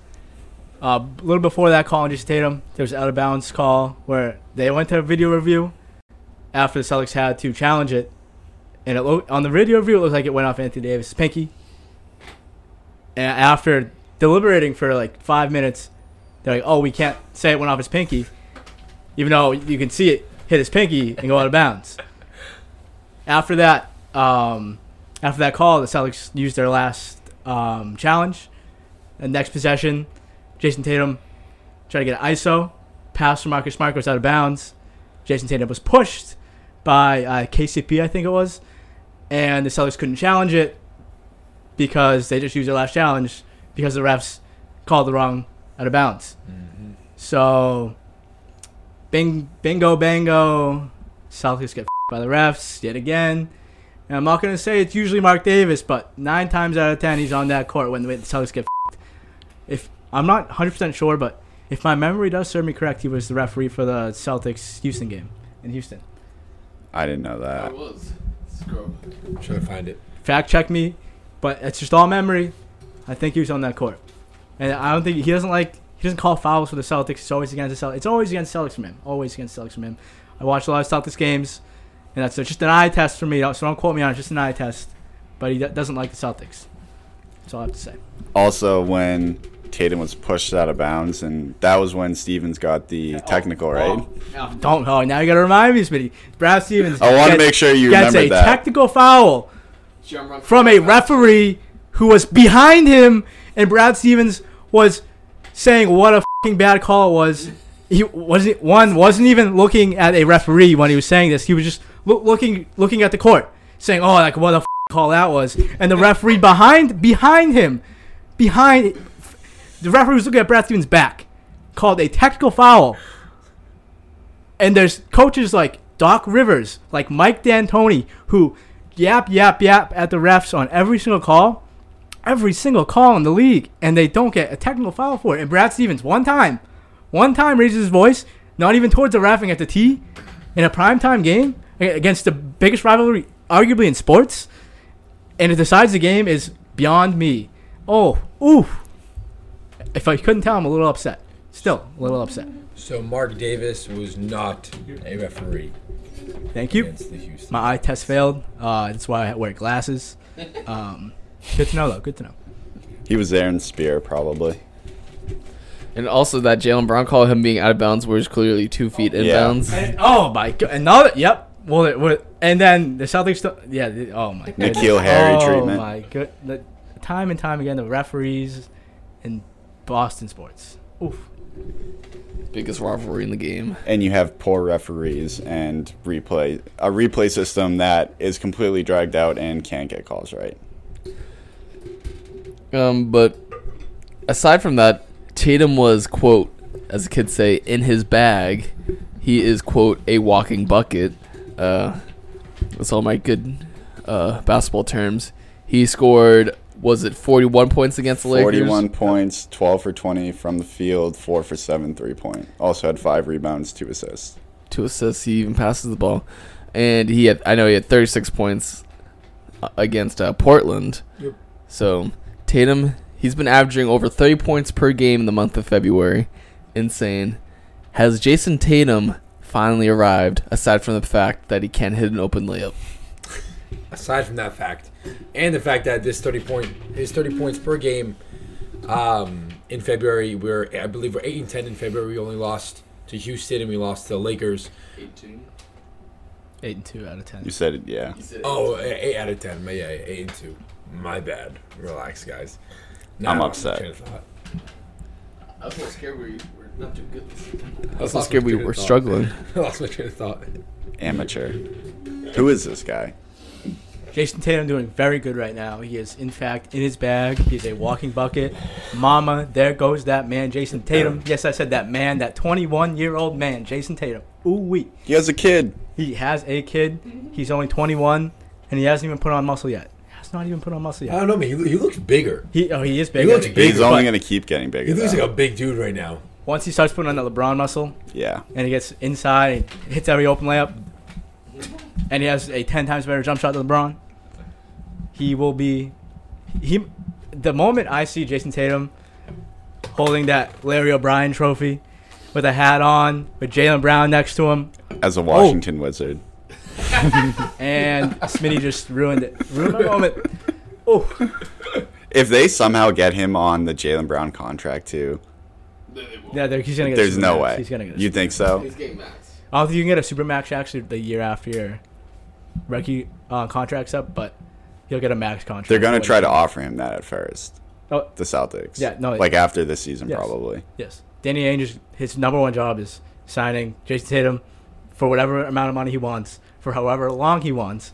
D: Uh, a little before that call on Jason Tatum, there was an out of bounds call where they went to a video review after the Celtics had to challenge it. And it lo- on the video review, it looked like it went off Anthony Davis' pinky. And after deliberating for like five minutes, they're like, oh, we can't say it went off his pinky, even though you can see it hit his pinky and go out of bounds. After that, um, after that call, the Celtics used their last um, challenge. The next possession, Jason Tatum tried to get an ISO. Pass from Marcus Smart goes out of bounds. Jason Tatum was pushed by uh, KCP, I think it was, and the Celtics couldn't challenge it because they just used their last challenge because the refs called the wrong out of bounds.
C: Mm-hmm.
D: So, bing, bingo, bango, Celtics get by the refs yet again. And I'm not gonna say it's usually Mark Davis, but nine times out of ten he's on that court when the Celtics get if I'm not 100% sure, but if my memory does serve me correct, he was the referee for the Celtics Houston game in Houston.
B: I didn't know that.
A: was.
C: Trying to find it.
D: Fact check me, but it's just all memory. I think he was on that court, and I don't think he doesn't like he doesn't call fouls for the Celtics. It's always against the Celtics. It's always against Celtics from him. Always against Celtics from him. I watch a lot of Celtics games, and that's it's just an eye test for me. So don't quote me on it. It's just an eye test, but he do- doesn't like the Celtics. That's all I have to say.
B: Also, when Tatum was pushed out of bounds, and that was when Stevens got the technical, right?
D: Don't. Oh, now you got to remind me, Smitty. Brad Stevens.
B: I want to
D: gets-
B: make sure you
D: gets
B: remember
D: a
B: that.
D: technical foul from a referee who was behind him, and Brad Stevens was saying what a fing bad call it was. He wasn't one wasn't even looking at a referee when he was saying this. He was just loo- looking looking at the court, saying, "Oh, like what a f- call that was." And the referee behind behind him, behind the referee was looking at Brad Stevens' back, called a technical foul. And there's coaches like Doc Rivers, like Mike D'Antoni, who yap yap yap at the refs on every single call, every single call in the league, and they don't get a technical foul for it. And Brad Stevens, one time, one time raises his voice, not even towards the ref, and at the tee, in a primetime game a- against the biggest rivalry, arguably in sports, and it decides the game is beyond me. Oh, oof. If I couldn't tell, I'm a little upset. Still, a little upset.
C: So Mark Davis was not a referee
D: Thank you.
C: against the Houston.
D: My eye test failed. Uh, that's why I wear [LAUGHS] glasses. Um, good to know, though. Good to know.
B: He was there in spear, probably.
A: And also that Jalen Brown call him being out of bounds was clearly two feet in
B: Yeah.
A: bounds.
D: And, oh my god! Another. Yep. Well, it, well, and then the Celtics. st- yeah. The, oh my. goodness.
B: Nikhil Harry
D: oh
B: treatment.
D: my good. The, time and time again, the referees in Boston sports. Oof.
A: Biggest rivalry in the game.
B: and you have poor referees and replay a replay system that is completely dragged out and can't get calls right.
A: Um, but aside from that, Tatum was quote, as the kids say, in his bag. He is quote a walking bucket. Uh, that's all my good uh, basketball terms. He scored was it forty one points against the Lakers?
B: Forty-one points, twelve for twenty from the field, four for seven three point. Also had five rebounds, two assists.
A: two assists. He even passes the ball, and he had I know he had 36 points uh, against uh, Portland.
C: Yep.
A: So Tatum, he's been averaging over 30 points per game in the month of February. Insane. Has Jason Tatum finally arrived? Aside from the fact that he can't hit an open layup,
C: Aside from that fact, and the fact that this thirty point his thirty points per game um, in February, we're I believe we're eight and ten in February. We only lost to Houston and we lost to the Lakers.
D: Eight and two out of ten.
B: You said it, yeah.
C: Oh, eh, eight out of ten. My- Yeah, eight and two. My bad. Relax, guys.
B: I'm
C: Nah,
B: upset.
C: train of thought.
A: I was so scared we were not doing good. I
C: I
A: was
C: lost
A: so
C: my
A: scared we
C: train of
A: were
C: thought.
A: struggling.
C: [LAUGHS] I lost my train of thought.
B: Amateur. Who is this guy?
D: Jason Tatum doing very good right now. He is in fact in his bag. He's a walking bucket. Mama, there goes that man, Jason Tatum. Yes, I said that man, that 21 year old man, Jason Tatum. Ooh wee.
B: He has a kid.
D: He has a kid. He's only 21, and he hasn't even put on muscle yet. Hasn't It's not even put on muscle
C: I
D: yet.
C: don't know, man. He, he looks bigger.
D: He oh he is big.
C: looks big.
B: He's
C: Bigger,
B: only
D: but-
B: going to keep getting bigger.
C: He looks
B: though.
C: like a big dude right now.
D: Once he starts putting on that LeBron muscle
B: yeah.
D: and he gets inside, and hits every open layup, and he has a ten times better jump shot than LeBron. He will be, he, the moment I see Jason Tatum holding that Larry O'Brien trophy with a hat on with Jalen Brown next to him,
B: As a Washington Wizard.
D: and Smitty just ruined it. Ruined my moment. Oh,
B: If they somehow get him on the Jalen Brown contract too,
D: yeah, there- he's gonna get. a
B: there's no
D: Supermax.
B: way.
D: He's gonna get. A
B: you
D: Supermax.
B: think so?
A: He's getting max.
D: I don't think you can get a super max actually the year after your rookie uh, contracts up, but he'll get a max contract.
B: They're going to try to offer him that at first.
D: Oh.
B: The Celtics.
D: Yeah, no, it-
B: Like after this season,
D: Yes.
B: probably.
D: Yes, Danny Ainge, his number one job is signing Jason Tatum for whatever amount of money he wants for however long he wants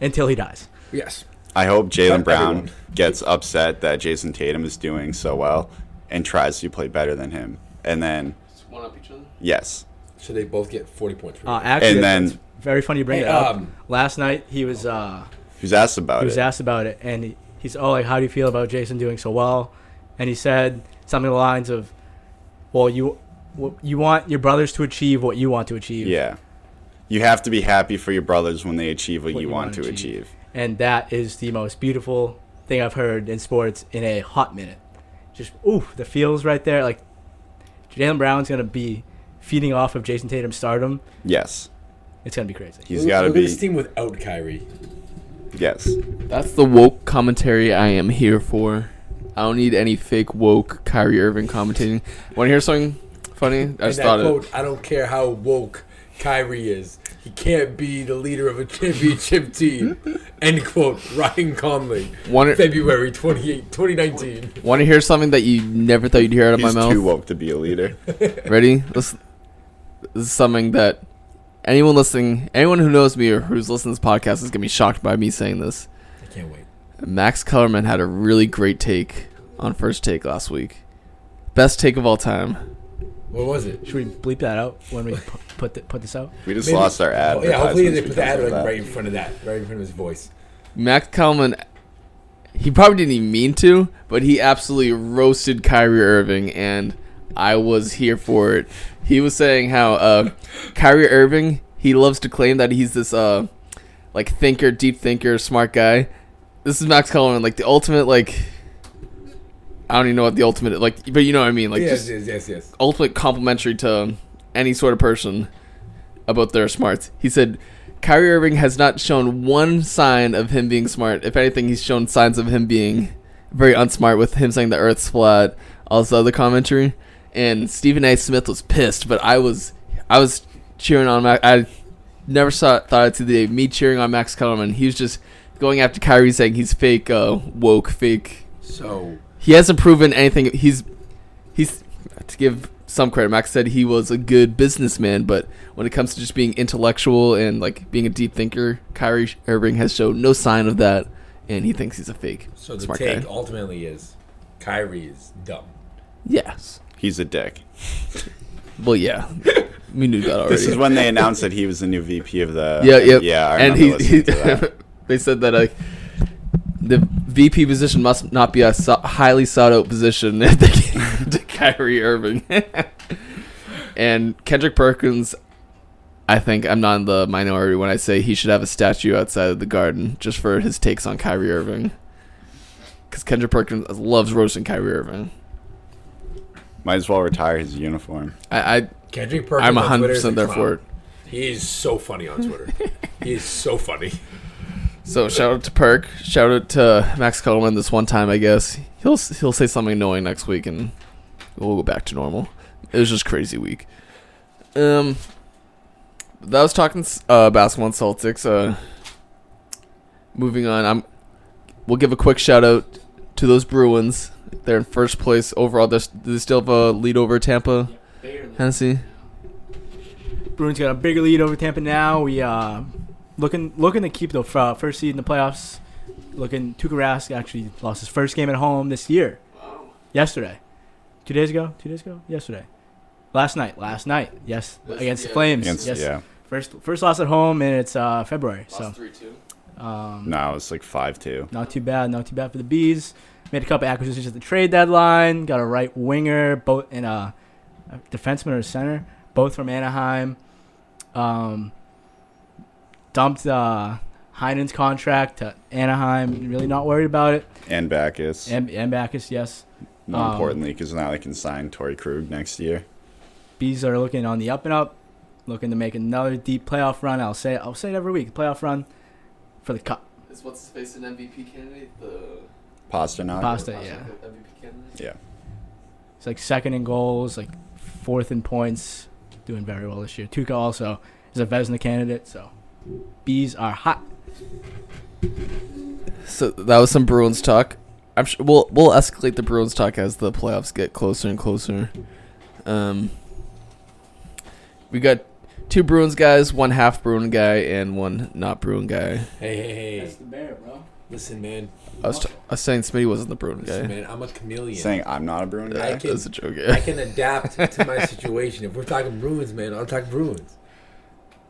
D: until he dies.
C: Yes.
B: I hope
C: Everyone.
B: Jalen Brown gets upset that Jason Tatum is doing so well and tries to play better than him. And then,
A: Just one up each other.
B: yes.
C: So they both get 40 points.
D: Uh, actually,
B: And then-
D: that's very funny you bring
C: Hey,
D: it up.
C: um,
D: Last night he was. Uh,
B: Who's asked about
D: he
B: it?
D: was asked about it, and he, he's oh like, how do you feel about Jason doing so well? And he said something along the lines of, "Well, you w- you want your brothers to achieve what you want to achieve,
B: Yeah. You have to be happy for your brothers when they achieve what, you, want, to achieve.
D: and that is the most beautiful thing I've heard in sports in a hot minute. Just ooh, the feels right there. Like Jalen Brown's gonna be feeding off of Jason Tatum's stardom.
B: Yes.
D: It's gonna be crazy.
B: He's got to be.
C: this team without Kyrie.
B: Yes.
A: That's the woke commentary I am here for. I don't need any fake woke Kyrie Irving commentating. Want to hear something funny? I just
C: and that
A: thought
C: quote,
A: it.
C: I don't care how woke Kyrie is. He can't be the leader of a [LAUGHS] championship team. End quote. Ryan Conley.
A: Want to
C: February 28, 2019.
A: want to hear something that you never thought you'd hear out of
B: He's
A: my mouth?
B: too woke to be a leader.
A: Ready? This, this is something that anyone listening, anyone who knows me or who's listening to this podcast is gonna be shocked by me saying this.
C: I can't wait.
A: Max Kellerman had a really great take on first take last week. Best take of all time.
C: What was it?
D: Should we bleep that out when
B: [LAUGHS]
D: we pu- put th- put this out?
B: We just
C: Maybe-
B: lost our ad.
C: Oh, yeah, hopefully they put the ad like, right in front of that, right in front of his voice.
A: Max Kellerman he probably didn't even mean to, but he absolutely roasted Kyrie Irving and I was here for it. He was saying how uh Kyrie Irving, he loves to claim that he's this uh like thinker, deep thinker, smart guy. This is Max Kellerman, like the ultimate like I don't even know what the ultimate like but you know what I mean, like
C: yes,
A: just
C: yes, yes, yes.
A: ultimate complimentary to any sort of person about their smarts. He said, Kyrie Irving has not shown one sign of him being smart. If anything, he's shown signs of him being very unsmart with him saying the earth's flat, all this other commentary. And Stephen A. Smith was pissed, but I was I was cheering on Max. I never saw thought I'd see the day me cheering on Max Kellerman. He was just going after Kyrie saying he's fake uh, woke, fake
C: So,
A: he hasn't proven anything. He's he's to give some credit. Max said he was a good businessman, but when it comes to just being intellectual and like being a deep thinker, Kyrie Irving has shown no sign of that, and he thinks he's a fake
C: so the
A: smart
C: take
A: guy.
C: ultimately is Kyrie is dumb.
A: Yes.
B: He's a dick.
A: Well,
C: [LAUGHS]
A: yeah, we knew that already.
B: This is when they announced that he was the new VP of the.
A: [LAUGHS] yeah, yeah,
B: Yeah, I
A: and
B: remember
A: he,
B: listening
A: he
B: to that.
A: [LAUGHS] they said that like the VP position must not be a so- highly sought out position [LAUGHS] if they get
B: [LAUGHS]
A: to Kyrie Irving. [LAUGHS] and Kendrick Perkins, I think I'm not in the minority when I say he should have a statue outside of the garden just for his takes on Kyrie Irving. Because Kendrick Perkins loves roasting Kyrie Irving.
B: Might as well retire his uniform.
A: I, I
C: Kendrick Perkins.
A: I'm
C: on Twitter
A: 100
C: is a
A: percent there
C: clown.
A: for it.
C: He is so funny on
A: [LAUGHS]
C: Twitter. he is so funny.
A: So shout out to Perk. Shout out to Max Kellerman this one time, I guess. He'll he'll say something annoying next week and we'll go back to normal. It was just a crazy week. Um that was talking uh basketball and Celtics. Uh moving on, I'm we'll give a quick shout out to those Bruins. They're in first place overall. They're, s- do they still have a lead over Tampa? Hennessy?
D: Bruins got a bigger lead over Tampa now. We uh, looking looking to keep the uh, first seed in the playoffs. Looking, Tuukka Rask actually lost his first game at home this year. Yesterday, two days ago, two days ago, yesterday, last night, last night, yes,
A: Yes,
D: against the
A: yeah.
D: Flames.
B: Against,
D: yes,
B: Yeah.
D: first first loss at home, and it's uh, February. so
A: three two.
D: Um,
B: No, it's like five two.
D: Not too bad. Not too bad for the bees. Made a couple acquisitions at the trade deadline. Got a right winger, both in a, a defenseman or a center, both from Anaheim. Um, dumped uh, Heinen's contract to Anaheim. Really not worried about it.
B: And Backus.
D: And, and Backus, yes.
B: More
D: um,
B: importantly, because now they can sign Tory Krug next year.
D: Bees are looking on the up and up, looking to make another deep playoff run. I'll say I'll say it every week. Playoff run for the cup.
A: Is what's his face an MVP candidate? The
B: Pasternak.
D: Past- Costa, yeah.
A: MVP candidate.
B: yeah.
D: It's like second in goals, like fourth in points, doing very well this year. Tuca also is a Vesna candidate, so bees are hot.
A: So that was some Bruins talk. I'm sure we'll we'll escalate the Bruins talk as the playoffs get closer and closer. Um, we got two Bruins guys, one half Bruin guy, and one not Bruin guy.
C: Hey, hey, hey.
D: the bear, bro.
C: Listen, man.
A: I was, t- I was saying Smitty wasn't the Bruin
C: Listen,
A: guy.
C: man. I'm a chameleon.
B: Saying I'm not a Bruin guy.
C: I can-
A: That's a joke.
C: I
A: Yeah.
C: can adapt to my situation. If we're talking Bruins, man, I'll talk Bruins.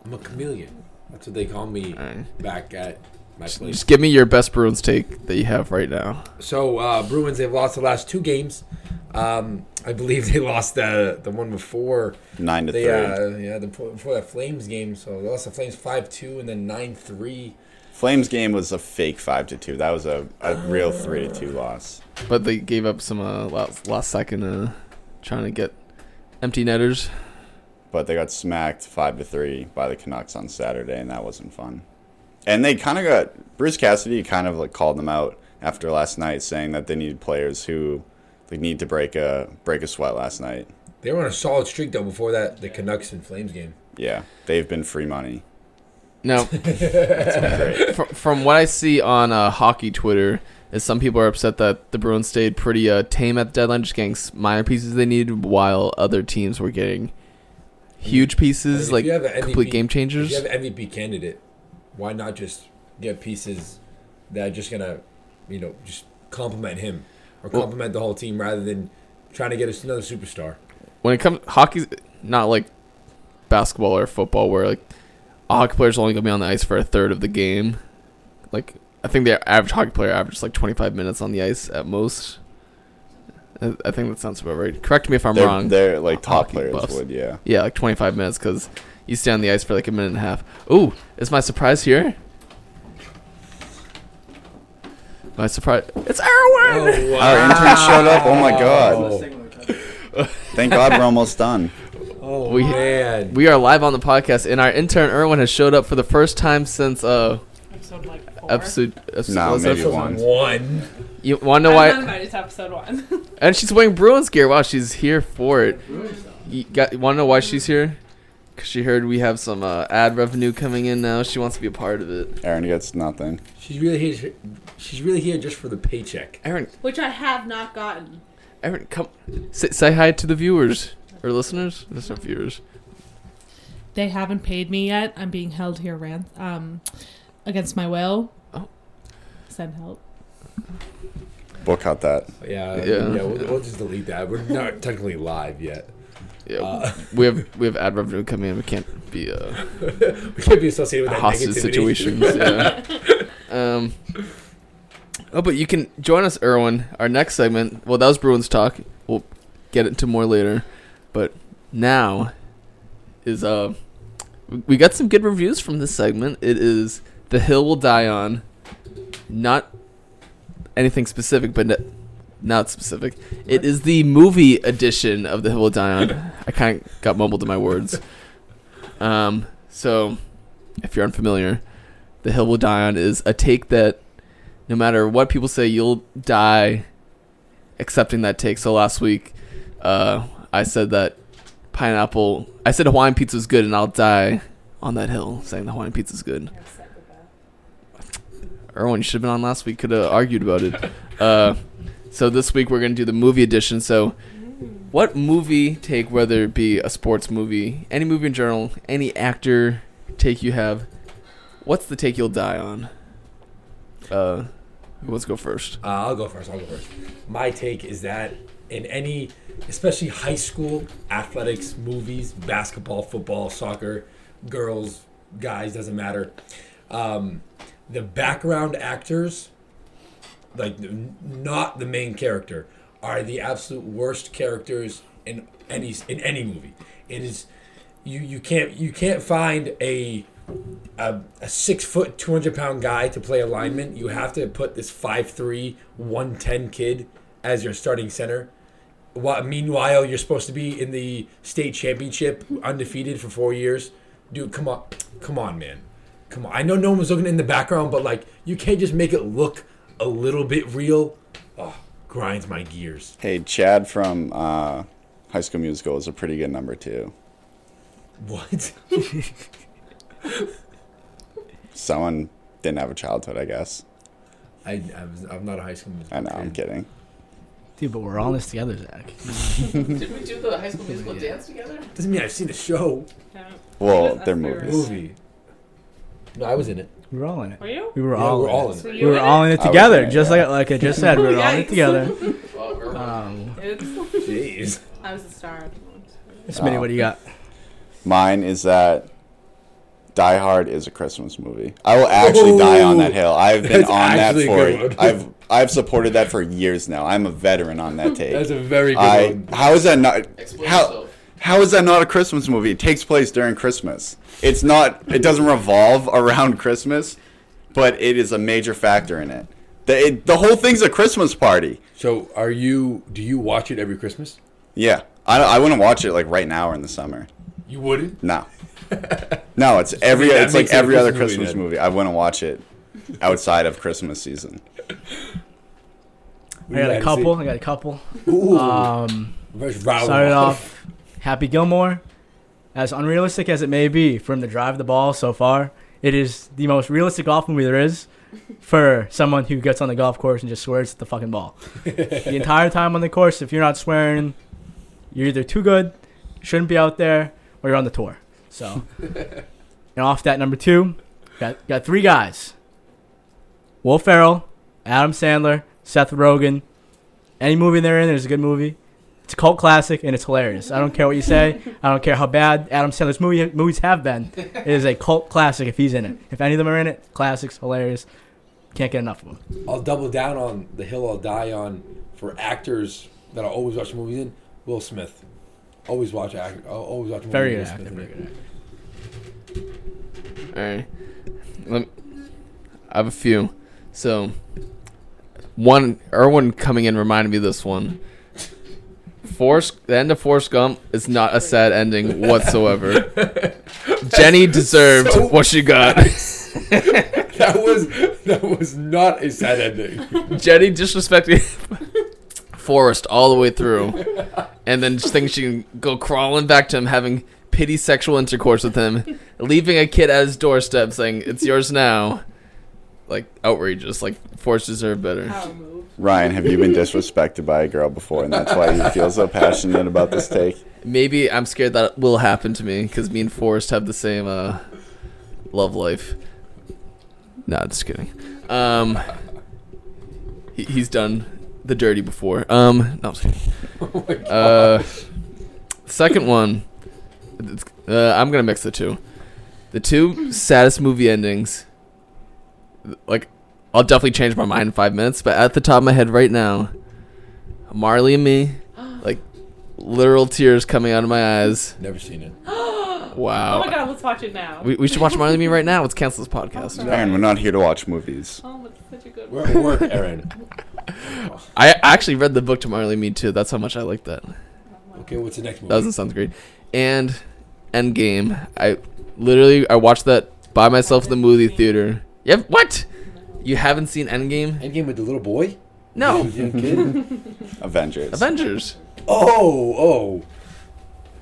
C: I'm a chameleon. That's what they call me
A: Alright.
C: back at my
A: Just,
C: place.
A: just give me your best Bruins take that you have right now.
C: So uh, Bruins, they've lost the last two games. Um, I believe they lost the the one before.
B: Nine to
C: They
B: three.
C: uh, yeah, the, before that Flames game. So they lost the Flames five two and then nine three.
B: Flames game was a fake five to two. That was a, a real three to two loss.
A: But they gave up some uh, last, last second uh, trying to get empty netters.
B: But they got smacked five to three by the Canucks on Saturday, and that wasn't fun. And they kind of got Bruce Cassidy kind of like called them out after last night, saying that they needed players who like need to break a break a sweat last night.
C: They were on a solid streak though before that the Canucks and Flames game.
B: Yeah, they've been free money.
C: [LAUGHS]
A: Now,
B: Great.
A: fr- from what I see on uh, hockey Twitter, is some people are upset that the Bruins stayed pretty uh, tame at the deadline, just getting s- minor pieces they needed, while other teams were getting huge pieces,
C: if
A: like
C: you have an
A: complete
C: MVP
A: game
C: If
A: changers.
C: you have an MVP candidate, why not just get pieces that are just gonna, you know, just compliment him or
A: Well-
C: compliment the whole team rather than trying to get us another superstar?
A: when it comes hockey's not like basketball or football where like a hockey player's only gonna be on the ice for a third of the game. Like I think the average hockey player averages like twenty five minutes on the ice at most. I, I think that sounds about right. Correct me if I'm
B: they're,
A: wrong.
B: They're like top
A: Hockey
B: players
A: buffs.
B: would, yeah.
A: Yeah, like 25 minutes because you stay on the ice for like a minute and a half. Ooh, is my surprise here? My surprise. It's Erwin!
C: Oh,
B: Our intern showed up. Oh my god! Thank God we're almost done.
C: Oh
A: We-
C: man!
A: We are live on the podcast, and our intern Erwin has showed up for the first time since uh,
E: Episode like four.
A: episode. episode
B: No,
A: was
B: maybe
A: episode-
B: one.
C: One.
A: You want to know
E: I'm not [LAUGHS]
A: why?
E: invited to episode one. [LAUGHS]
A: And she's wearing Bruins gear. Wow, she's here for it. You got want to know why she's here? Because she heard we have some uh, ad revenue coming in now. She wants to be a part of it.
B: Aaron gets nothing.
C: She's really here. She's really here just for the paycheck.
A: Aaron,
E: Which I have not gotten.
A: Aaron, come say, say hi to the viewers or listeners. That's not viewers.
E: They haven't paid me yet. I'm being held here ran- um, against my will.
A: Oh.
E: Send help.
B: We'll cut that.
C: Yeah, yeah.
A: Yeah.
C: we'll, we'll just delete that. We're not technically live yet.
A: Yeah,
C: Uh, [LAUGHS]
A: we have we have ad revenue coming in. We can't be uh,
C: we can't be associated with that
A: hostage
C: negativity.
A: situations.
C: [LAUGHS]
A: Yeah. um. Oh, but you can join us, Erwin. Our next segment. Well, that was Bruins talk. We'll get into more later, but now is uh, we got some good reviews from this segment. It is the hill will die on, not anything specific, but. n not specific. It is the movie edition of The Hill Will Die
C: [LAUGHS]
A: On. I kind of got mumbled in my words. Um, so, if you're unfamiliar, The Hill Will Die On is a take that no matter what people say, you'll die accepting that take. So, last week, uh, I said that pineapple, I said Hawaiian pizza is good, and I'll die on that hill saying the Hawaiian pizza is good. Erwin, you should have been on last week, could have argued about it. Uh, so, this week, we're going to do the movie edition. So, what movie take, whether it be a sports movie, any movie in general, any actor take you have, what's the take you'll die on? Uh, who wants to go first?
C: Uh, I'll go first. I'll go first. My take is that in any, especially high school athletics, movies, basketball, football, soccer, girls, guys, doesn't matter. Um, the background actors, like the, not the main character, are the absolute worst characters in any in any movie. It is you you can't you can't find a a, a six foot two hundred pound guy to play alignment. You have to put this 5'3", 110 kid as your starting center. While, meanwhile, you're supposed to be in the state championship, undefeated for four years. Dude, come on, come on, man, come on. I know no one was looking in the background, but like, you can't just make it look a little bit real. Oh, grinds my gears. [LAUGHS]
B: Hey, Chad from uh, High School Musical is a pretty good number too.
C: What?
B: Someone didn't have a childhood, I guess.
C: I, I was, I'm not a high school. musical
B: I know. I'm
C: fan.
B: kidding.
D: Dude, but we're all in this together, Zach.
A: Did we do the High School Musical
D: Yeah.
A: dance together?
C: Doesn't mean I've seen the show
B: Well, they're movies.
C: movie. No, I was in it.
D: We were all in it.
E: Were you?
D: We were
C: Yeah,
D: all.
C: we're
D: in
C: all
D: it.
C: in
E: So
C: it.
E: you
D: We were all in it
B: I was
D: together,
B: in it,
D: just
B: yeah.
D: like like I just said, we were all in
C: [LAUGHS]
D: it
E: Yikes.
D: together.
A: Well, we're
D: Um,
E: It's-
C: Jeez.
E: I was a star. of the one.
D: Smitty, what do you got?
B: Mine is that Die Hard is a Christmas movie. I will actually die on that hill. I've been
C: That's
B: on that
C: actually a good
B: for
C: one.
B: I've I've supported that for years now. I'm a veteran on
C: [LAUGHS]
B: that take.
C: That's a very good
B: I
C: one.
B: how is that not
A: Explain
B: how,
A: yourself.
B: how is that not a Christmas movie? It takes place during Christmas. It's not it doesn't revolve [LAUGHS] around Christmas, but it is a major factor in it. The it, the whole thing's a Christmas party.
C: So, are you? Do you watch it every Christmas?
B: Yeah. I I wouldn't watch it like right now or in the summer.
C: You wouldn't.
B: No. [LAUGHS] No, it's every
C: that
B: it's like
C: makes it a
B: every other
C: Christmas movie
B: Christmas
C: then.
B: movie. I wouldn't watch it outside of Christmas season.
D: I got a couple. I got a couple.
C: Ooh,
D: Um,
C: let's rattle
D: started
C: them
D: off Happy Gilmore. As unrealistic as it may be for him to drive the ball so far, it is the most realistic golf movie there is for someone who gets on the golf course and just swears at the fucking ball. the entire time on the course, if you're not swearing, you're either too good, shouldn't be out there, or you're on the tour. So, and off that number two, got got three guys: Will Ferrell, Adam Sandler, Seth Rogen. Any movie they're in, there's a good movie. It's a cult classic and it's hilarious. I don't care what you say. I don't care how bad Adam Sandler's movie, movies have been. It is a cult classic if he's in it. If any of them are in it, classics, hilarious. Can't get enough of them.
C: I'll double down on the hill I'll die on for actors that I always watch movies in. Will Smith. Always watch act. I'll always watch a movie
D: Very
C: with
D: good
C: Will
D: actor.
C: Smith in
D: Very
C: it.
D: good actor.
A: All right. Let me, I have a few. So, one, Erwin coming in reminded me of this one. Force the end of Forrest Gump is not a sad ending whatsoever. Jenny deserved
C: so
A: what she got.
C: [LAUGHS] That was that was not a sad ending.
A: Jenny disrespected [LAUGHS] Forrest all the way through, and then just thinks she can go crawling back to him, having pity sexual intercourse with him, leaving a kid at his doorstep, saying, "It's yours now." Like outrageous. Like Forrest deserved better.
E: Power move.
B: Ryan, have you been disrespected by a girl before, and that's why you feel so passionate about this take?
A: Maybe I'm scared that will happen to me because me and Forrest have the same uh, love life. Nah, just kidding. Um, he, he's done the dirty before. Um, no, I'm just kidding. Uh, second one, it's- uh, I'm gonna mix the two. The two saddest movie endings. Like, I'll definitely change my mind in five minutes, but at the top of my head right now, Marley and Me, like, literal tears coming out of my eyes.
C: Never seen it.
A: Wow.
E: Oh my god, let's watch it now.
A: We, we should watch Marley and Me right now. Let's cancel this podcast.
E: Okay.
B: Aaron, we're not here to watch movies.
E: oh, it's such a good
C: We're
E: one.
C: at work, Aaron.
A: I actually read the book to Marley and Me too. That's how much I like that.
C: Okay, what's the next movie?
A: Doesn't sound great. And Endgame. I literally I watched that by myself in the movie theater. Yep. What? You haven't seen Endgame?
C: Endgame with the little boy.
A: No.
C: With the young kid?
B: Avengers.
A: Avengers.
C: oh, oh.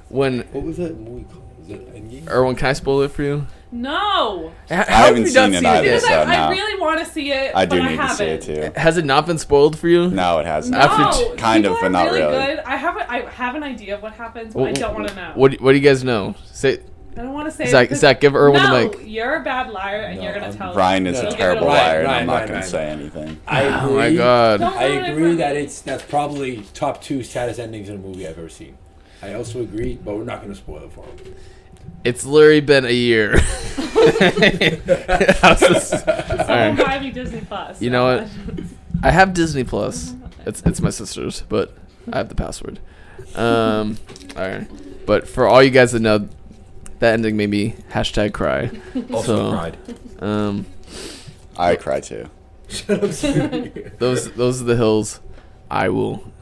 A: When
C: What was that movie called? Was it Endgame?
A: Erwin, can I spoil it for you?
E: No,
A: I
B: haven't seen it either.
E: because
B: so
E: I,
B: now-
E: I really want to see it.
B: I do
E: but
B: need
E: I
B: to see it
E: haven't.
B: too.
A: Has it not been spoiled for you?
B: No, it has
E: No,
B: not.
A: After
B: kind of,
E: people
B: but
E: are
B: not
E: really.
B: really.
E: Good. I have a, I have an idea of what happens, but I
A: Wh-
E: don't want to
A: wh-
E: know.
A: What do, What do you guys know? Say,
E: I don't want to say. it
A: Zach.
E: because-
A: Zach, give Erwin
E: no,
A: the mic.
E: you're a bad liar, and
C: No,
E: you're gonna
C: I'm-
E: tell.
B: Ryan is
C: No,
B: a
C: no,
B: terrible
E: no,
B: liar,
C: Ryan,
B: and I'm
C: Ryan,
B: not going
C: Ryan,
B: to
C: Ryan.
B: say anything.
C: I agree.
A: Oh my god.
E: Don't
C: I
E: ruin it for
C: agree
E: me.
C: that it's that's probably top two saddest endings in a movie I've ever seen. I also agree, but we're not going to spoil it for him.
A: It's literally been a year. [LAUGHS] How's this-
E: Someone
A: Alright.
E: buy me Disney Plus.
A: You know
E: [LAUGHS]
A: what? I have Disney Plus. It's it's my sister's, but I have the password. Um, all right. But for all you guys that know, that ending made me hashtag cry.
F: Also
A: So-
C: [LAUGHS]
F: cried.
A: Um,
B: I cry too.
F: [LAUGHS]
A: those those are the hills I will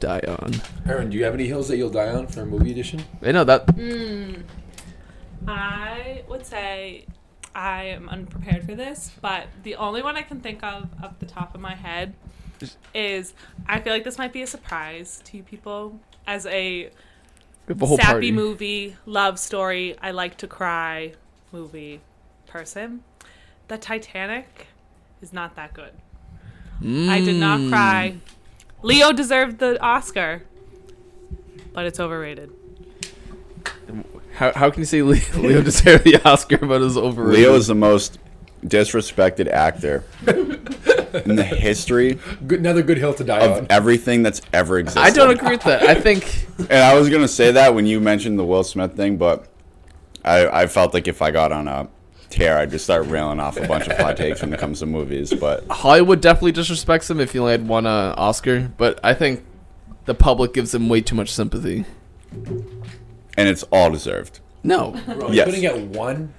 A: die on.
F: Aaron, do you have any hills that you'll die on for a movie edition?
A: I know that
E: Mm, I would say I am unprepared for this, but the only one I can think of off the top of my head is I feel like this might be a surprise to you people as a
A: we have a whole
E: sappy
A: party.
E: movie, love story, I like to cry movie person. The Titanic is not that good. I did not
A: Mm.
E: cry. Leo deserved the Oscar, but it's overrated.
A: How, how can you say Leo, Leo [LAUGHS] deserved the Oscar but is overrated?
B: Leo is the most disrespected actor in the history
F: Good, another good hill to die
B: of
F: on.
B: everything that's ever existed.
A: I don't agree with that. I think
B: And I was gonna say that when you mentioned the Will Smith thing, but I, I felt like if I got on a tear, I'd just start railing off a bunch of hot takes when it comes to movies. But
A: Hollywood definitely disrespects him if he only had one uh, Oscar, but I think the public gives him way too much sympathy.
B: and it's all deserved.
A: No,
C: Bro,
B: Yes.
C: you couldn't get
F: [LAUGHS]
C: one.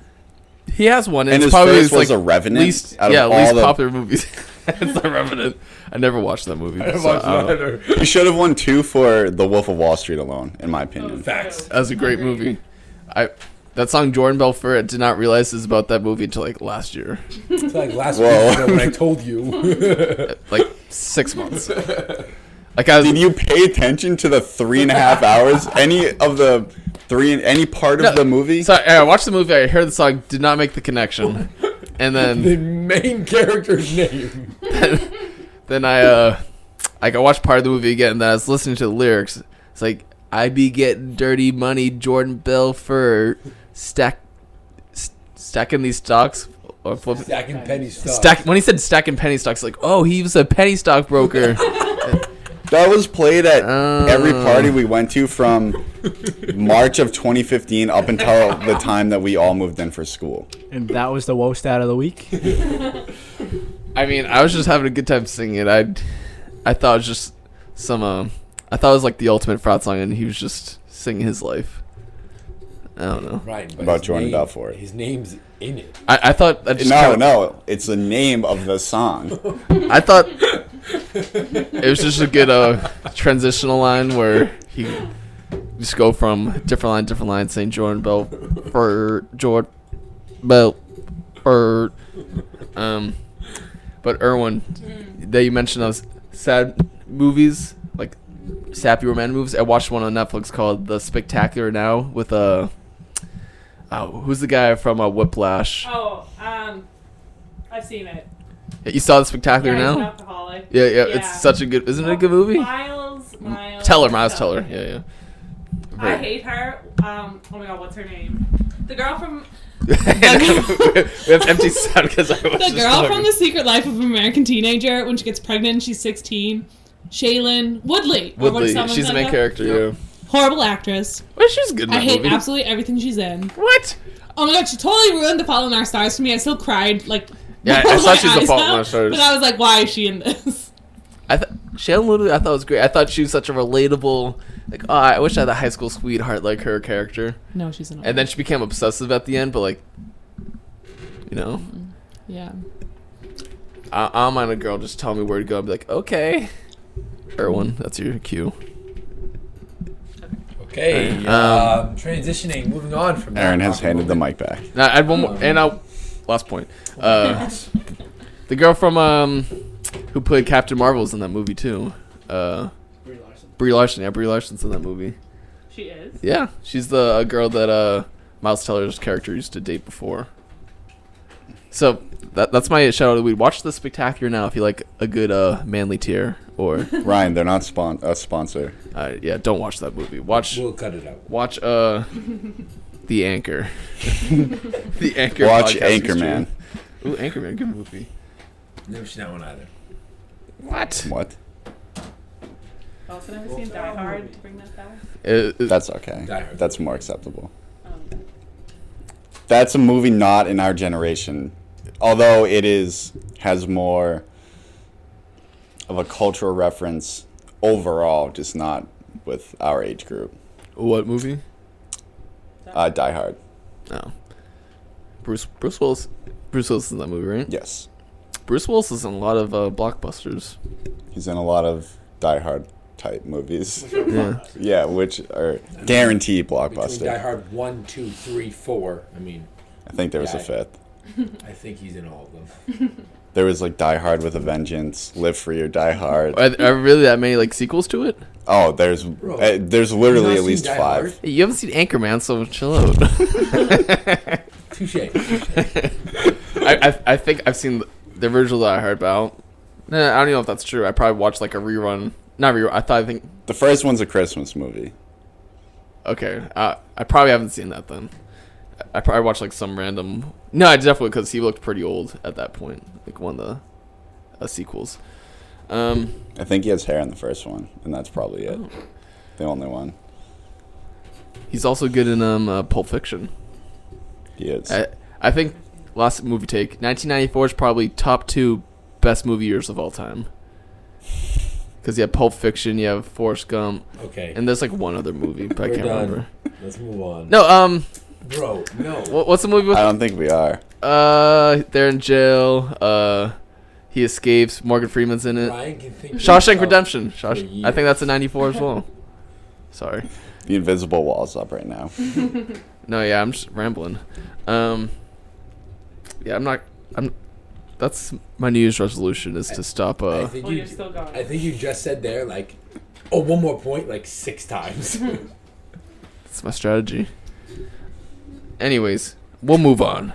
A: he has one, and,
B: And
A: it's
B: his
A: probably
B: first
A: his,
B: was
A: like,
B: a Revenant
A: Least,
B: out of
A: yeah,
B: all
A: least
B: the-
A: popular movies. [LAUGHS] it's the Revenant. I never watched that
B: [LAUGHS]
A: movie. so I don't know.
B: He should have won two for The Wolf of Wall Street alone, in my opinion.
C: [LAUGHS] Facts.
A: [LAUGHS] That was a great movie. I that song Jordan Belfort. I did not realize is about that movie until like last year,
C: It's like last
B: Whoa.
C: week when I told you.
F: [LAUGHS]
C: [LAUGHS]
A: like
B: [LAUGHS]
A: six months. Like I was,
B: Did you pay attention to the three and a half hours? Any of the three, any part
A: No,
B: of the movie?
A: sorry, I watched the movie. I heard the song, did not make the connection, and
B: [LAUGHS]
A: then
C: the main character's name.
A: [LAUGHS] then I uh like I watched part of the movie again and then I was listening to the lyrics. It's like I be getting dirty money, Jordan Belfort stack st- stacking these stocks or flipping
C: Stack and Penny stuff.
A: stack when he said stacking penny stocks like oh he was a penny stock
B: [LAUGHS]
A: broker.
B: That was played at every
A: Oh.
B: party we went to from March of 2015 up until the time that we all moved in for school.
D: And that was the woe stat of the week.
A: I mean, I was just having a good time singing it. I I thought it was just some uh, I thought it was like the ultimate fraud song and he was just singing his life. I don't know.
C: Ryan, but
B: About
C: his
B: Jordan
C: name-
B: Belfort.
C: His name's in it.
A: I, I thought that just
B: No,
A: kinda-
B: no, it's the name of the song.
A: I thought it was just a good uh, transitional line where he just go from different line, different line, saying Jordan Bell for Jordan Bell for um, but Erwin that you mentioned those sad movies like sappy romantic movies. I watched one on Netflix called The Spectacular Now with uh, oh who's the guy from uh, Whiplash?
E: Oh, um, I've seen it.
A: You saw The Spectacular
E: Yeah, he's an
A: Now?
E: alcoholic.
A: Yeah, yeah,
E: Yeah.
A: it's such a good. Isn't it a good movie?
E: Miles, Miles.
A: Teller, Miles Teller. Yeah, yeah.
E: I hate her. Um, oh my god, what's her name? The girl from
A: [LAUGHS] we have empty sound because I was [LAUGHS]
E: the
A: just
E: girl
A: talking.
E: from The Secret Life of an American Teenager when she gets pregnant, she's 16. Shaylin Woodley. or what
A: Woodley.
E: someone
A: She's the
E: said
A: main
E: that.
A: character. Yeah.
E: Horrible actress.
A: Well, she's good in
E: I
A: that
E: hate
A: movie.
E: absolutely everything she's in.
A: what?
E: Oh my god, she totally ruined The Fault in Our Stars for me. I still cried like
A: [LAUGHS] Yeah, I- I
E: bawled
A: saw
E: my
A: she's The
E: eyes
A: Fault in Our
E: out,
A: Stars.
E: But I was like, why is she in this? [LAUGHS]
A: I th- Shannon Woodley. I thought was great. I thought she was such a relatable. Like, oh, I wish I had a high school sweetheart like her character.
E: No, she's in.
A: And then she became obsessive at the end, but like, you know,
E: yeah.
A: I- I'm on a girl. Just tell me where to go. I'd be like, okay, Erwin, that's your cue.
C: Okay.
A: Um,
C: um, transitioning, moving on from that.
B: [LAUGHS] Aaron has
C: Rocket
B: handed the
C: moment.
B: mic back.
A: Now, I had one more, and I last point. Uh, the girl from um, who played Captain Marvel is in that movie too. Uh, Brie Larson, yeah, Brie Larson's in that movie.
E: She is.
A: Yeah, she's the uh, girl that uh, Miles Teller's character used to date before. So that, that's my shout out. to We watch the spectacular now if you like a good uh, manly tear, or
B: Ryan, they're not spon- a sponsor.
A: uh, yeah, don't watch that movie. Watch
C: We'll cut it out.
A: watch [LAUGHS] uh, the anchor, [LAUGHS] the anchor.
B: Watch
A: podcast is
B: Anchorman.
A: true. Ooh, Anchorman, good movie.
C: Never seen that one either.
A: What?
B: What?
E: Also,
A: Uh,
E: never seen Die Hard. To bring that back.
A: It- it-
B: That's okay.
C: Die Hard.
B: That's more acceptable. that's a movie not in our generation, although it is has more of a cultural reference overall, just not with our age group.
A: What movie?
B: Uh, Die Hard,
A: No. Bruce Bruce Willis. Bruce Willis is in that movie, right?
B: yes,
A: Bruce Willis is in a lot of uh, blockbusters.
B: he's in a lot of Die Hard type movies.
A: Yeah.
B: yeah, which are guaranteed
C: Between Die
B: blockbuster.
C: Hard one, two, three, four. I mean,
B: I think there was a
C: Yeah.
B: fifth.
C: I think he's in all of them.
B: There was like Die Hard with a Vengeance, Live Free or Die Hard.
A: Are, th- are really that many like sequels to it?
B: Oh, there's uh, there's literally at least five.
A: Hey, you haven't seen Anchorman, so chill out.
C: Touche.
A: [LAUGHS] I, I I think I've seen the original that I heard about. Nah, I don't even know if that's true. I probably watched like a rerun. Not rerun. I thought I think.
B: The first one's a Christmas movie.
A: Okay, uh, I probably haven't seen that then. I- I probably watched like some random. No, I definitely because he looked pretty old at that point. Like one of the uh, sequels. Um.
B: I think he has hair in the first one, and that's probably
C: Oh.
B: it. The only one.
A: He's also good in um uh, Pulp Fiction.
B: He is.
A: I I think last movie take 1994 is probably top two best movie years of all time. Because you have Pulp Fiction, you have Forrest Gump,
C: Okay,
A: and there's like one other movie, but I
C: We're
A: can't
C: done.
A: remember.
C: let's move on.
A: No, um,
C: Bro, no.
A: wha- what's the movie
B: I
A: with?
B: don't think we are.
A: Uh, they're in jail. Uh, he escapes. Morgan Freeman's in it.
C: Ryan can think.
A: Shawshank
C: Oh,
A: Redemption. Shawsh- I
C: years.
A: think that's a 94 as well. [LAUGHS] Sorry.
B: The invisible wall's up right now.
A: No, yeah, I'm just rambling. Um, yeah, I'm not. I'm. That's my New Year's resolution is to stop.
C: I
A: Uh,
C: think
E: Well,
C: you.
E: Oh, you're still
A: [LAUGHS]
E: going.
C: I think you just said there like, oh, one more point like
A: [LAUGHS]
C: six times.
A: that's my strategy. Anyways, we'll move on.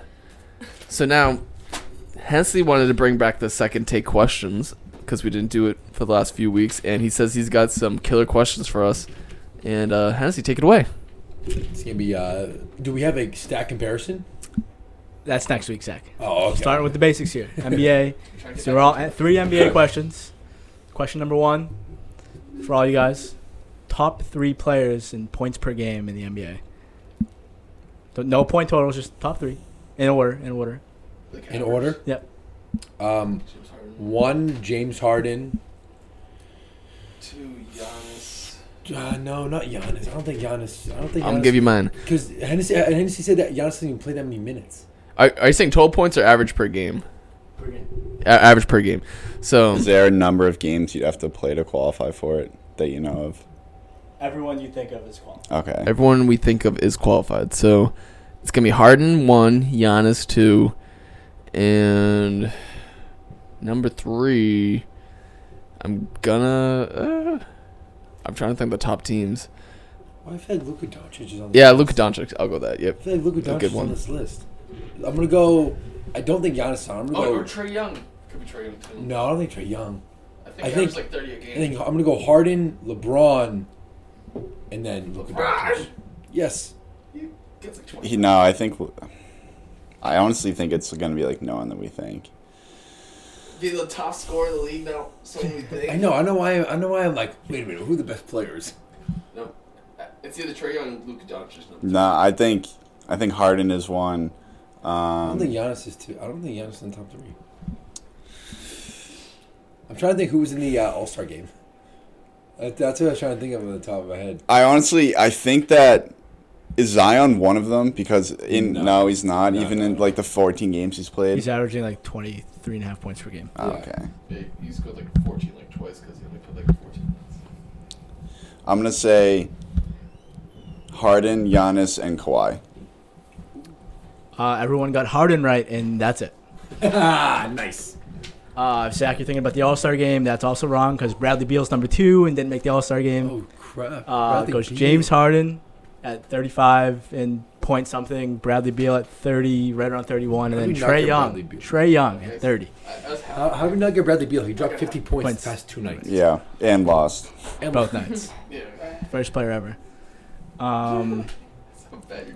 A: So now, Hensley wanted to bring back the second take questions because we didn't do it for the last few weeks, and he says he's got some killer questions for us. And uh, Hensley, take it away.
C: it's gonna be. uh Do we have a stat comparison?
D: That's next week, Zach.
C: Oh, okay.
D: Starting with the basics here. NBA. so we're all at three NBA questions. Question number one for all you guys: top three players in points per game in the NBA. So No point totals, just top three in order. In order.
C: in order.
D: Yep.
C: Um, one James Harden.
A: Two Giannis.
C: Uh, no, not Giannis. I don't think Giannis. I don't think.
A: I'm gonna give you mine.
C: because Hennessy. uh, Hennessy said that Giannis didn't even play that many minutes.
A: Are, are you saying total points or average per game? A- average per game. So
B: Is there a number of games you'd have to play to qualify for it that you know of?
D: Everyone you think of is qualified.
B: Okay.
A: everyone we think of is qualified. So it's gonna be Harden one, Giannis two, and number three. I'm gonna. Uh, I'm trying to think of the top teams.
C: Well, I feel like Luka Doncic is on. This
A: Yeah,
C: list.
A: Luka Doncic. I'll go that. Yep.
C: I feel like Luka
A: a good
C: Doncic is
A: one.
C: on this list. I'm gonna go. I don't think Giannis is on. I'm gonna go.
A: Trey Oh, Young. Could be Trey Young too.
C: Oh, No, I don't think Trey Young.
A: think
C: I Giannis think- is
A: like 30 a
C: I think I'm gonna go Harden, LeBron, and then Luka Doncic. Yes.
B: He, no, I think. I honestly think it's gonna be like no one that we think.
A: Be the top scorer in the league now. So we
C: [LAUGHS] I
A: think.
C: know. I know why. I know why. I'm like, wait a minute. Who are the best players?
A: No, it's either Trey Young, Luka Doncic.
B: No, I think. I think Harden is one.
C: I don't
B: Um,
C: think Giannis is too. I don't think Giannis is in the top three. I'm trying to think who was in the uh, All Star game. That, that's what I was trying to think of on the top of my head. [LAUGHS]
B: I honestly, I think that is Zion one of them because in no,
C: No.
B: he's not.
C: No,
B: even
C: no,
B: in
C: no.
B: like the 14 games he's played.
D: He's averaging like 23 and a half points per game.
B: Oh,
C: Yeah.
B: okay,
A: He's got like 14 like twice because he only put like 14 minutes.
B: I'm gonna say Harden, Giannis, and Kawhi.
D: Uh, everyone got Harden right, and that's it.
C: ah, nice.
D: Uh, Zach, you're thinking about the All Star game. That's also wrong because Bradley Beal's number two and didn't make the All Star game.
C: Oh crap!
D: Uh,
C: Bradley
D: goes
C: Beal.
D: James Harden at 35 and point something. Bradley Beal at 30, right around 31,
C: How
D: and
C: do
D: then
C: we not
D: Trey
C: get Bradley
D: Young.
C: Beal?
D: Trey Young at 30.
C: How, how did we not get Bradley Beal? He dropped 50 points,
D: Points.
C: the past two nights.
B: Yeah, and lost.
C: And
D: Both nights. First player ever. Um,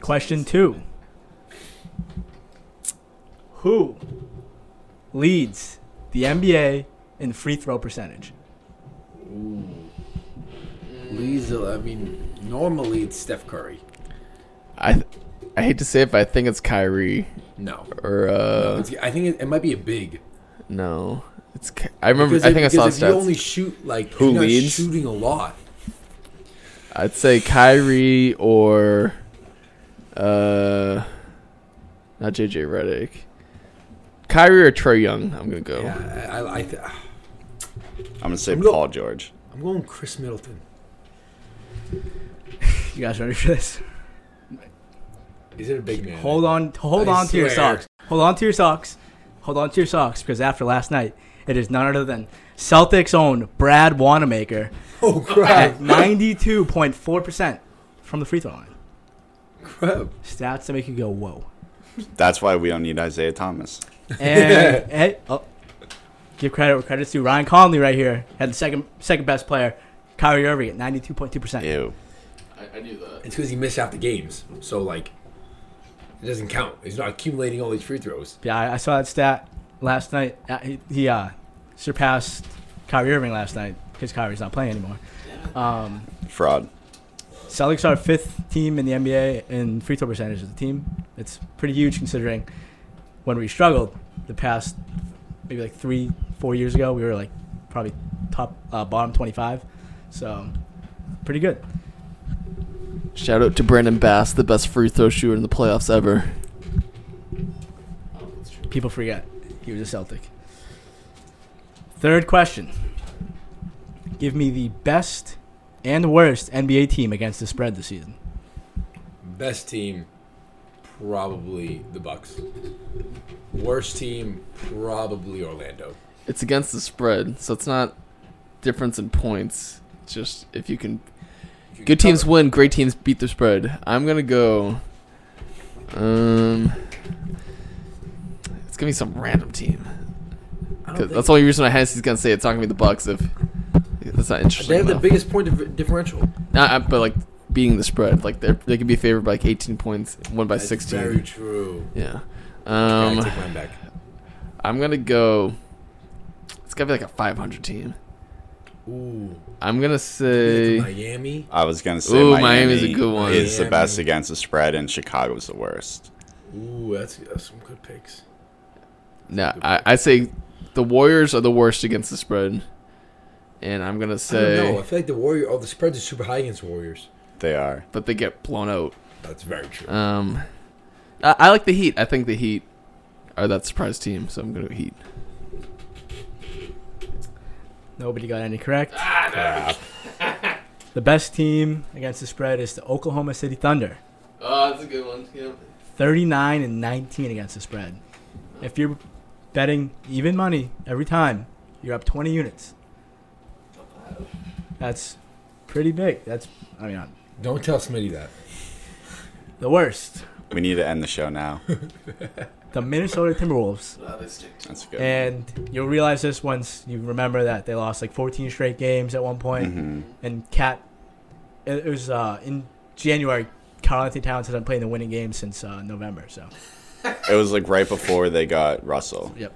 D: question two. Who leads the NBA in free throw percentage?
C: Lisa, I mean, normally it's Steph Curry.
A: I, th- I hate to say it, but I think it's Kyrie
F: No.
A: or uh,
F: It's- I think it, it might be a big.
A: no. It's Ky- I remember.
F: Because
A: I
F: if-
A: think I saw
F: because
A: the
F: if you
A: stats.
F: only shoot like
B: Who
F: you're not
B: leads?
F: shooting a lot.
A: I'd say Kyrie or uh, not JJ Redick. Kyrie or Trey Young. I'm gonna go.
F: Yeah, I, I, I th-
B: I'm gonna say
F: I'm go-
B: Paul George.
F: I'm going Chris Middleton.
D: You guys ready for this?
F: Is it a big man?
D: [LAUGHS] Hold on, hold
F: I
D: on to your
F: swear.
D: socks. Hold on to your socks. Hold on to your socks because after last night, it is none other than Celtics' own Brad Wanamaker
F: Oh
D: at [LAUGHS]
F: crap!
D: 92.4% from the free throw line.
F: crap.
D: Stats that make you go whoa.
B: That's why we don't need Isaiah Thomas.
D: [LAUGHS] And hey, oh, give credit where credit's due. Ryan Conley right here had the second second best player. Kyrie Irving at 92.2%.
B: Ew.
A: I, I knew that.
F: It's because he missed half the games, so like, it doesn't count. He's not accumulating all these free throws.
D: Yeah, I, I saw that stat last night. Uh, he he uh, surpassed Kyrie Irving last night because Kyrie's not playing anymore. Um,
B: Fraud.
D: Celtics are fifth team in the NBA in free throw percentage as a team. It's pretty huge considering when we struggled the past maybe like three, four years ago, we were like probably top uh, bottom 25. So pretty good.
A: Shout out to Brandon Bass, the best free throw shooter in the playoffs ever.
D: People forget he was a Celtic. Third question. Give me the best and worst NBA team against the spread this season.
F: Best team, probably the Bucks. Worst team, probably Orlando.
A: It's against the spread, so it's not difference in points. It's just if you can.
F: If you
A: Good
F: cover-
A: teams win, great teams beat the spread. I'm gonna go. Um, it's gonna be some random team.
F: I don't
A: 'Cause
F: think-
A: That's the only reason why Hennessy's gonna say it's not gonna be the Bucks if that's not interesting.
F: They have the
A: enough.
F: biggest point dif- differential.
A: Not- uh, but like beating the spread, like they they could be favored by like 18 points, won by
F: That's
A: 16.
F: Very true.
A: yeah.
F: Yeah, I
A: Um,
F: take mine back.
A: I'm gonna go. It's gotta be like a 500 team.
F: Ooh,
A: I'm gonna say
F: Miami.
B: I was gonna say
A: Ooh,
B: Miami
A: Miami's a good one.
B: Is the best
F: Miami.
B: against the spread, and Chicago's the worst.
F: Ooh, that's, that's some good picks.
A: no. I, I say the Warriors are the worst against the spread, and I'm gonna
F: I don't know.
A: say,
F: I feel like the Warrior. Oh, the spreads are super high against Warriors.
B: They are.
A: but they get blown out.
F: That's very true.
A: Um, I, I like the Heat. I think the Heat are that surprise team, so I'm gonna go Heat.
D: Nobody got any correct. The best team against the spread is the Oklahoma City Thunder.
A: Oh, that's a good one. Yeah.
D: 39 and 19 against the spread. If you're betting even money every time, you're up 20 units. That's pretty big. That's, I mean, not
F: Don't tell Smitty that.
D: the worst.
B: We need to end the show now.
D: The Minnesota Timberwolves.
B: That's good.
D: And you'll realize this once you remember that they lost like 14 straight games at one point.
B: Mhm.
D: And Cat, it it was uh, in January. Carl Anthony Towns hasn't played in the winning game since uh, November. So,
B: It was like right before they got Russell.
D: yep.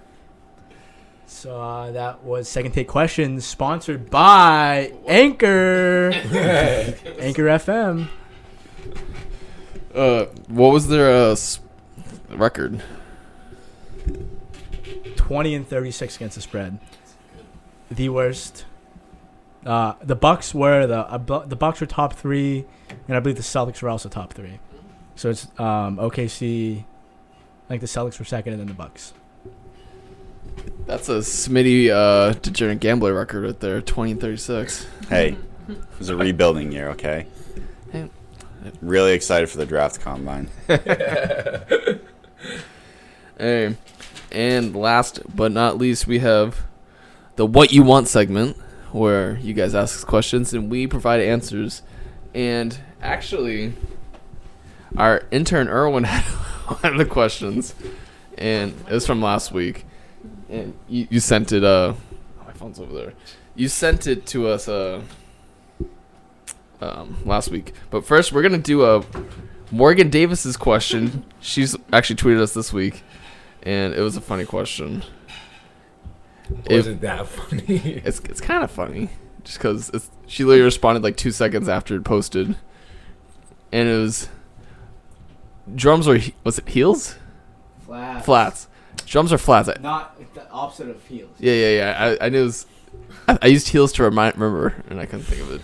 D: So uh, that was second take questions sponsored by Anchor, Anchor FM.
A: Uh, what was their uh, s- record?
D: 20 and 36 against the spread. The worst. Uh, the Bucks were the uh, Bu- the Bucks were top three, and I believe the Celtics were also top three. So it's um, OKC. I think the Celtics were second, and then the Bucks.
A: That's a Smitty uh, degenerate gambler record right there, twenty and thirty-six.
B: Hey, it was a rebuilding year, okay?
A: Hey.
B: Really excited for the draft combine.
A: Hey, and last but not least, we have the "What You Want" segment, where you guys ask questions and we provide answers. And actually, our intern Erwin [LAUGHS] had one of the questions, and it was from last week. And you, you sent it. Uh, my phone's over there. You sent it to us. Uh, um, last week. But first, we're gonna do a Morgan Davis's question. She's actually tweeted us this week, and it was a funny question. If-
F: Wasn't that [LAUGHS] funny?
A: It's it's kind of funny, just because she literally responded like two seconds after it posted, and it was, drums are he- was it heels?
D: Flat.
A: Flats. Drums are flats. I-
D: Not the opposite of heels.
A: Yeah, yeah, yeah. I, I knew. It was, I, I used heels to remind, remember, and I couldn't think of it.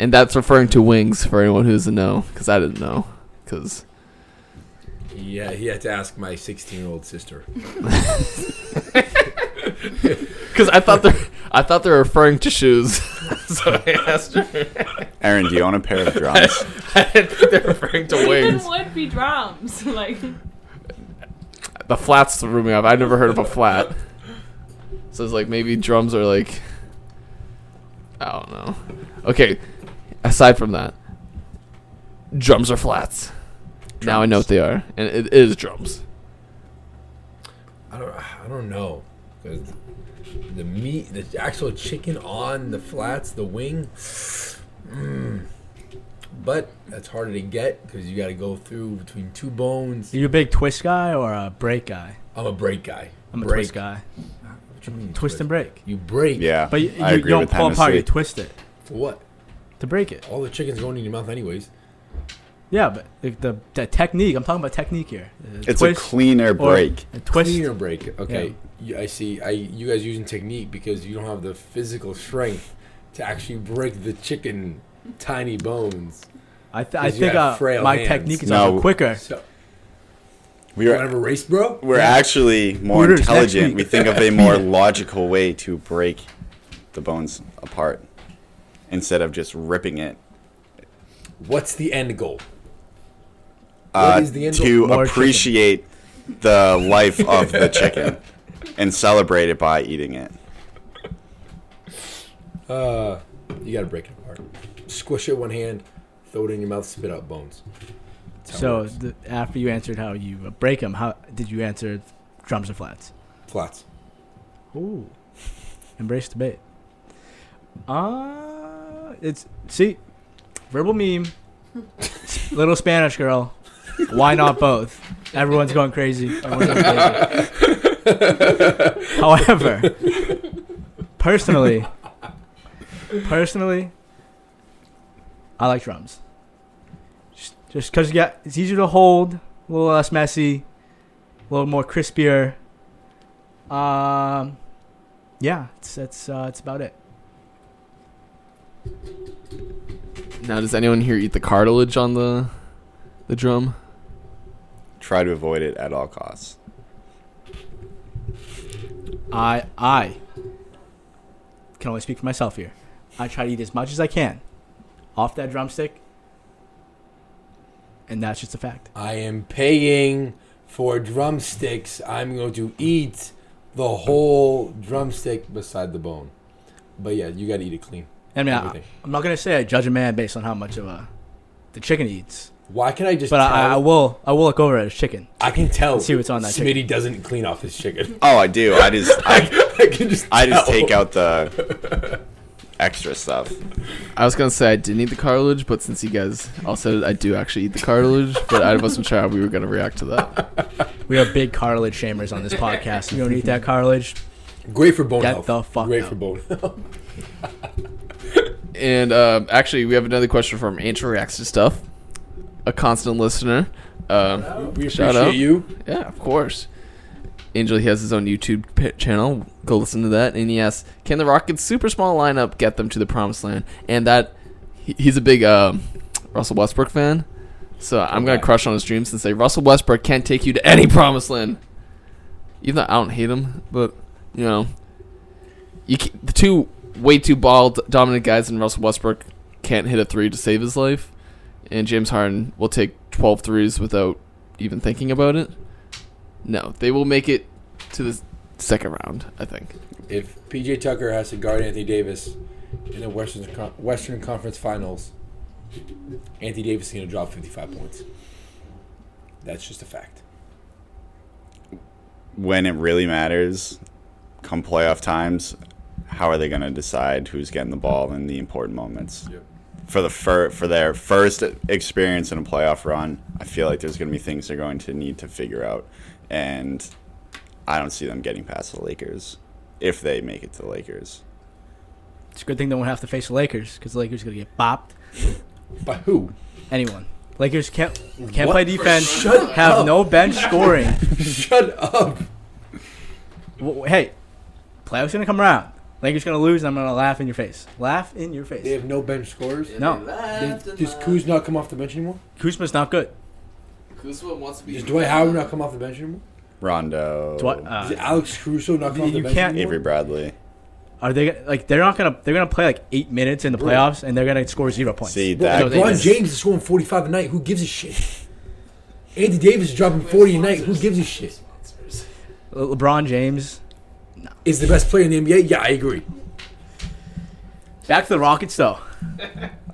A: And that's referring to wings for anyone who doesn't know, because I didn't know. Because
C: Yeah, he had to ask my 16 year old sister.
A: I thought they're I thought they're referring to shoes. [LAUGHS] so I asked her.
B: Aaron, do you own a pair of
A: [LAUGHS]
B: drums?
A: I didn't think they're referring to
E: [LAUGHS] Even
A: wings.
E: would be drums. [LAUGHS] Like
A: The flats threw me off. I'd never heard of a flat. So it's like maybe drums are like. I don't know. Okay. Aside from that, drums are flats. Now I know what they are, and it is drums.
C: I don't. I don't know. 'Cause the meat, the actual chicken on the flats, the wing. mm. But that's harder to get because you got to go through between two bones.
D: Are you a big twist guy or a break guy?
C: I'm a break guy.
D: I'm a
C: break.
D: twist guy.
C: What you mean?
D: Twist and break.
C: You break.
B: Yeah,
D: But you,
B: I
D: you
B: agree
D: don't
B: with
D: pull apart. You
B: Hennessy.
D: twist it
C: For what?
D: to break it.
C: All the chicken's going in your mouth anyways.
D: Yeah, but the, the, the technique. I'm talking about technique here.
B: It's a cleaner
D: or
B: break.
D: A twist.
C: Clean or break. Okay. You- I see. I you guys using technique because you don't have the physical strength to actually break the chicken tiny bones.
D: I, th- I
C: Because you
D: think
C: got
D: uh,
C: frail
D: my
C: hands.
D: technique is
B: No.
D: also quicker.
C: So
B: We
C: you
B: were
C: want to have a race, bro?
B: we're actually more
D: Hooters next
B: intelligent.
D: week.
B: We think of a more logical way to break the bones apart instead of just ripping it.
C: What's the end goal?
B: Uh,
C: is the end
B: to
D: goal? More chicken.
B: appreciate the life of the chicken and celebrate it by eating it.
C: Uh, you gotta break it apart. Squish it with one hand, throw it in your mouth, spit out bones. That's how it
D: So
C: works.
D: the, after you answered how you uh, break them, how did you answer drums or flats?
C: flats.
D: Ooh, embrace debate. Uh it's see, verbal meme, little Spanish girl. Why not both? Everyone's going crazy. Everyone's going crazy. However, personally, personally, I like drums. Just- Just because you got, it's easier to hold, a little less messy, a little more crispier. Um, yeah, it's, that's uh, it's about it.
A: Now, does anyone here eat the cartilage on the the drum?
B: Try to avoid it at all costs.
D: I I can only speak for myself here. I try to eat as much as I can off that drumstick, and that's just a fact.
C: I am paying for drumsticks. I'm going to eat the whole drumstick beside the bone. But yeah, you gotta eat it clean.
D: I mean, I,
C: Everything.
D: I'm not gonna say I judge a man based on how much of a the chicken he eats,
C: Why can I just?
D: but
C: tell,
D: I, I will I will look over at his chicken.
C: I can tell.
D: see what's on that
C: Smitty doesn't clean off his chicken.
B: Oh, I do. I just I,
C: [LAUGHS] I can just.
B: I just
C: tell.
B: take out the extra stuff.
A: I was gonna say I didn't eat the cartilage, but since you guys all said it, I do actually eat the cartilage. But I wasn't sure how we were gonna react to that.
D: We are big cartilage shamers on this podcast. You don't eat that cartilage.
C: Great for bone
D: Get
C: health.
D: the fuck
C: Great
D: out.
C: for bone. health. [LAUGHS]
A: And um, actually, we have another question from Angel Reacts to Stuff, a constant listener. Um,
C: we
A: Shout
C: appreciate
A: out.
C: you.
A: yeah, of course. Angel, he has his own YouTube pa- channel. Go listen to that. And he asks, "Can the Rockets' super small lineup get them to the promised land?" And that he- he's a big um, Russell Westbrook fan, so I'm gonna crush on his dreams and say Russell Westbrook can't take you to any promised land. Even though I don't hate him, but you know, you ca the two way too ball d- dominant guys in Russell Westbrook can't hit a three to save his life, and James Harden will take 12 threes without even thinking about it. No, they will make it to the second round, I think.
C: If PJ Tucker has to guard Anthony Davis in the Western Con- Western Conference Finals, Anthony Davis is going to drop 55 points. That's just a fact.
B: When it really matters, come playoff times, how are they going to decide who's getting the ball in the important moments?
C: Yep.
B: For the fir- for their first experience in a playoff run, I feel like there's going to be things they're going to need to figure out, and I don't see them getting past the Lakers if they make it to the Lakers.
D: It's a good thing they won't have to face the Lakers because the Lakers are gonna get bopped.
C: By who? [LAUGHS]
D: Anyone. Lakers can't can't play defense.
F: Shut
D: have
F: up.
D: no bench scoring.
F: Shut up.
D: W- hey, playoffs gonna come around. Lakers gonna lose, and I'm gonna laugh in your face. Laugh in your face.
C: They have no bench scorers.
D: No,
C: They, does Kuz not come off the bench anymore?
D: Kuzma's not good.
A: Kuzma wants to be.
C: Does Dwight Howard not come off the bench anymore?
B: Rondo,
D: Dwight, uh,
C: Does Alex Caruso not come off the
D: You
C: bench
D: can't-
C: anymore?
B: Avery Bradley.
D: are they gonna- like they're not gonna they're gonna play like eight minutes in the playoffs, and they're gonna score zero points.
B: See that?
C: Well,
A: No, they
C: LeBron
A: just-
C: James is scoring 45 a night. Who gives a shit? Andy Davis is dropping 40 a night. Who gives a shit?
D: Le- LeBron James.
C: Is the best player in the NBA? Yeah, I agree.
D: Back to the Rockets though.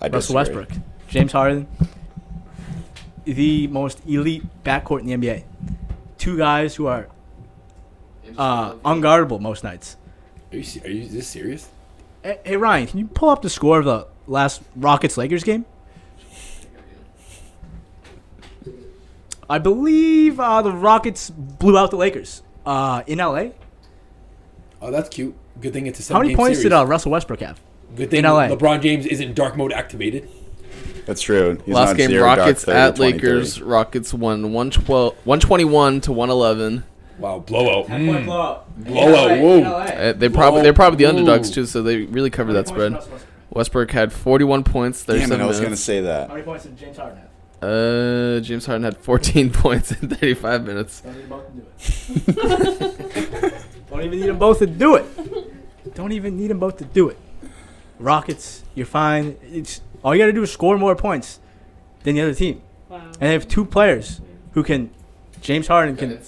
B: I disagree.
D: Russell Westbrook, James Harden, the most elite backcourt in the NBA. Two guys who are uh, unguardable most nights.
C: Are you, se- are you is this serious?
D: Hey, hey, Ryan, can you pull up the score of the last Rockets Lakers game? I believe uh, the Rockets blew out the Lakers uh, in LA.
C: Oh, that's cute. Good thing it's a
D: How many
C: seven-game
D: points
C: series.
D: did uh, Russell Westbrook have?
C: Good thing
D: in LA?
C: LeBron James isn't dark mode activated.
B: That's true. He's
A: Last
B: not
A: game,
B: zero, dark
A: Rockets
B: 30,
A: at
B: 20, 30.
A: Lakers. Rockets won 112, 121 to 111.
C: Wow, blowout.
D: Hmm.
C: Mm.
D: blowout.
C: Blowout, LA, whoa. in LA.
A: Uh, they probably they're probably the underdogs
C: Ooh.
A: too, so they really covered that spread. Westbrook had 41 points,
B: Damn
A: 37
B: it! I was gonna
A: minutes.
B: say that.
D: many points did James Harden have?
A: Uh, James Harden had 14 [LAUGHS] points in 35 minutes.
D: Don't even both do [LAUGHS] it. Don't even need them both to do it. Don't even need them both to do it. Rockets, you're fine. It's all you got to do is score more points than the other team,
E: Wow.
D: and they have two players who can. James Harden can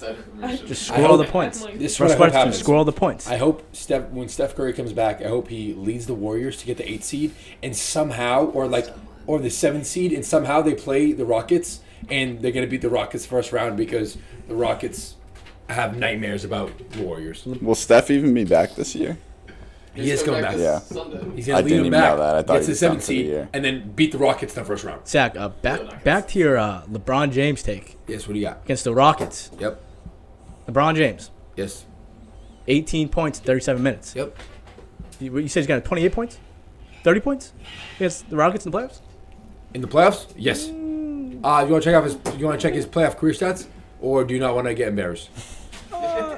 D: just
C: I
D: score all the
C: hope-
D: points.
C: This is what I
D: Russ
C: hope
D: Westbrook can
C: happens.
D: score all the points.
C: I hope Steph when Steph Curry comes back, I hope he leads the Warriors to get the eight seed and somehow or like or the seven seed and somehow they play the Rockets and they're gonna beat the Rockets first round because the Rockets have nightmares about the Warriors.
B: Will Steph even be back this year?
C: He is coming back.
B: Yeah.
C: He's gonna
B: I
C: lead
B: didn't
C: them
B: even
C: back.
B: know that. I thought
C: gets
B: he
C: the
B: was
C: seven
B: done for the
C: seed
B: year.
C: and then beat the Rockets in the first round.
D: Zach, uh, back back to your uh, LeBron James take
C: Yes, what do you got?
D: against the Rockets.
C: Yep.
D: LeBron James,
C: Yes.
D: 18 points, in 37 minutes.
C: Yep.
D: You, you said he's got 28 points, 30 points against the Rockets in the playoffs.
C: In the playoffs? Yes. Uh, you want to check out his? You want to check his playoff career stats, or do you not want to get embarrassed?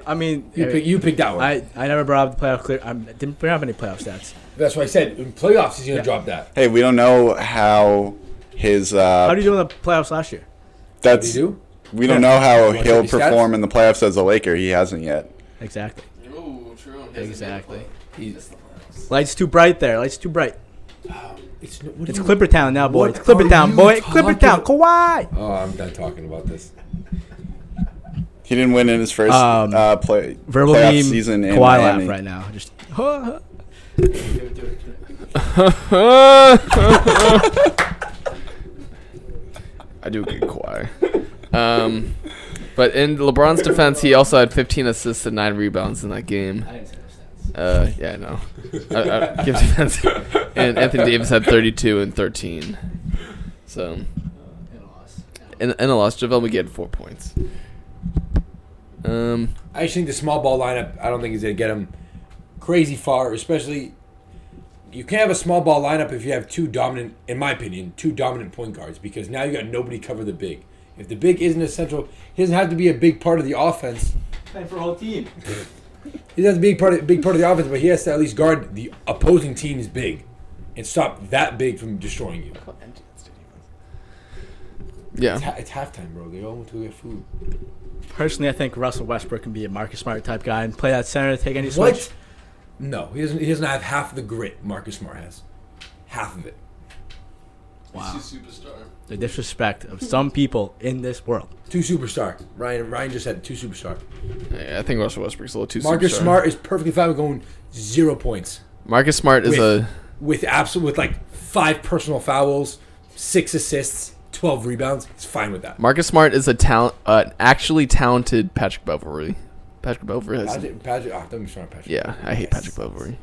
D: I mean,
C: You
D: I-
C: pick. You pick that one.
D: I, I never brought up the playoff clear. I didn't bring up any playoff stats.
C: That's what I said. In playoffs, he's gonna drop that.
B: Hey, we don't know how his. Uh,
D: How did you do in the playoffs last year?
C: What do you
B: that's
C: do?
B: we don't know how
C: check
B: he'll
C: his stats?
B: perform in the playoffs as a Laker. He hasn't yet.
D: Exactly.
A: Ooh, true.
D: Exactly.
C: He's,
D: Light's too bright there. Light's too bright.
C: it's no- what do
D: It's
C: you-
D: Clipper Town now, boy.
C: What
D: It's Clipper
C: are
D: Town,
C: you
D: boy. Clipper Town.
C: talking-
D: Kawhi.
C: Oh, I'm done talking about this.
B: He didn't win in his first
D: Um,
B: uh, play
D: Verbal
B: playoff
D: meme.
B: season in
D: Kawhi laugh
B: Miami.
D: right now. Just.
A: [LAUGHS] I do get Kawhi. Um, but in LeBron's defense, he also had 15 assists and nine rebounds in that game. Uh, yeah, I know. I, I give defense. and Anthony Davis had 32 and 13. So, and, and a loss. JaVale McGee had four points. Um,
C: I just think the small ball lineup. I don't think is gonna get him crazy far. Especially, you can't have a small ball lineup if you have two dominant, in my opinion, two dominant point guards because now you got nobody cover the big. If the big isn't essential, he doesn't have to be a big part of the offense.
D: for whole team.
C: He has to be part of big part of the offense, but he has to at least guard the opposing team's big and stop that big from destroying you. It's,
A: yeah.
C: ha- it's halftime, bro. They all went to get food.
D: Personally, I think Russell Westbrook can be a Marcus Smart type guy and play that center, take any switch.
C: What? No, he doesn't. He doesn't have half the grit Marcus Smart has. Half of it.
D: Wow. The disrespect of some people in this world.
C: Two superstar. Ryan. Ryan just had two superstar.
A: I think Russell Westbrook's a little too
C: Marcus
A: superstar.
C: Smart is perfectly fine with going zero points
A: Marcus Smart is
C: with
A: a
C: with absolute with like five personal fouls, six assists, twelve rebounds. He's fine with that.
A: Marcus Smart is a talent, uh, actually talented Patrick Beverly. Patrick Beverly has
C: Patrick, Patrick, oh, don't be smart, Patrick.
A: Yeah, I hate Patrick Bovary.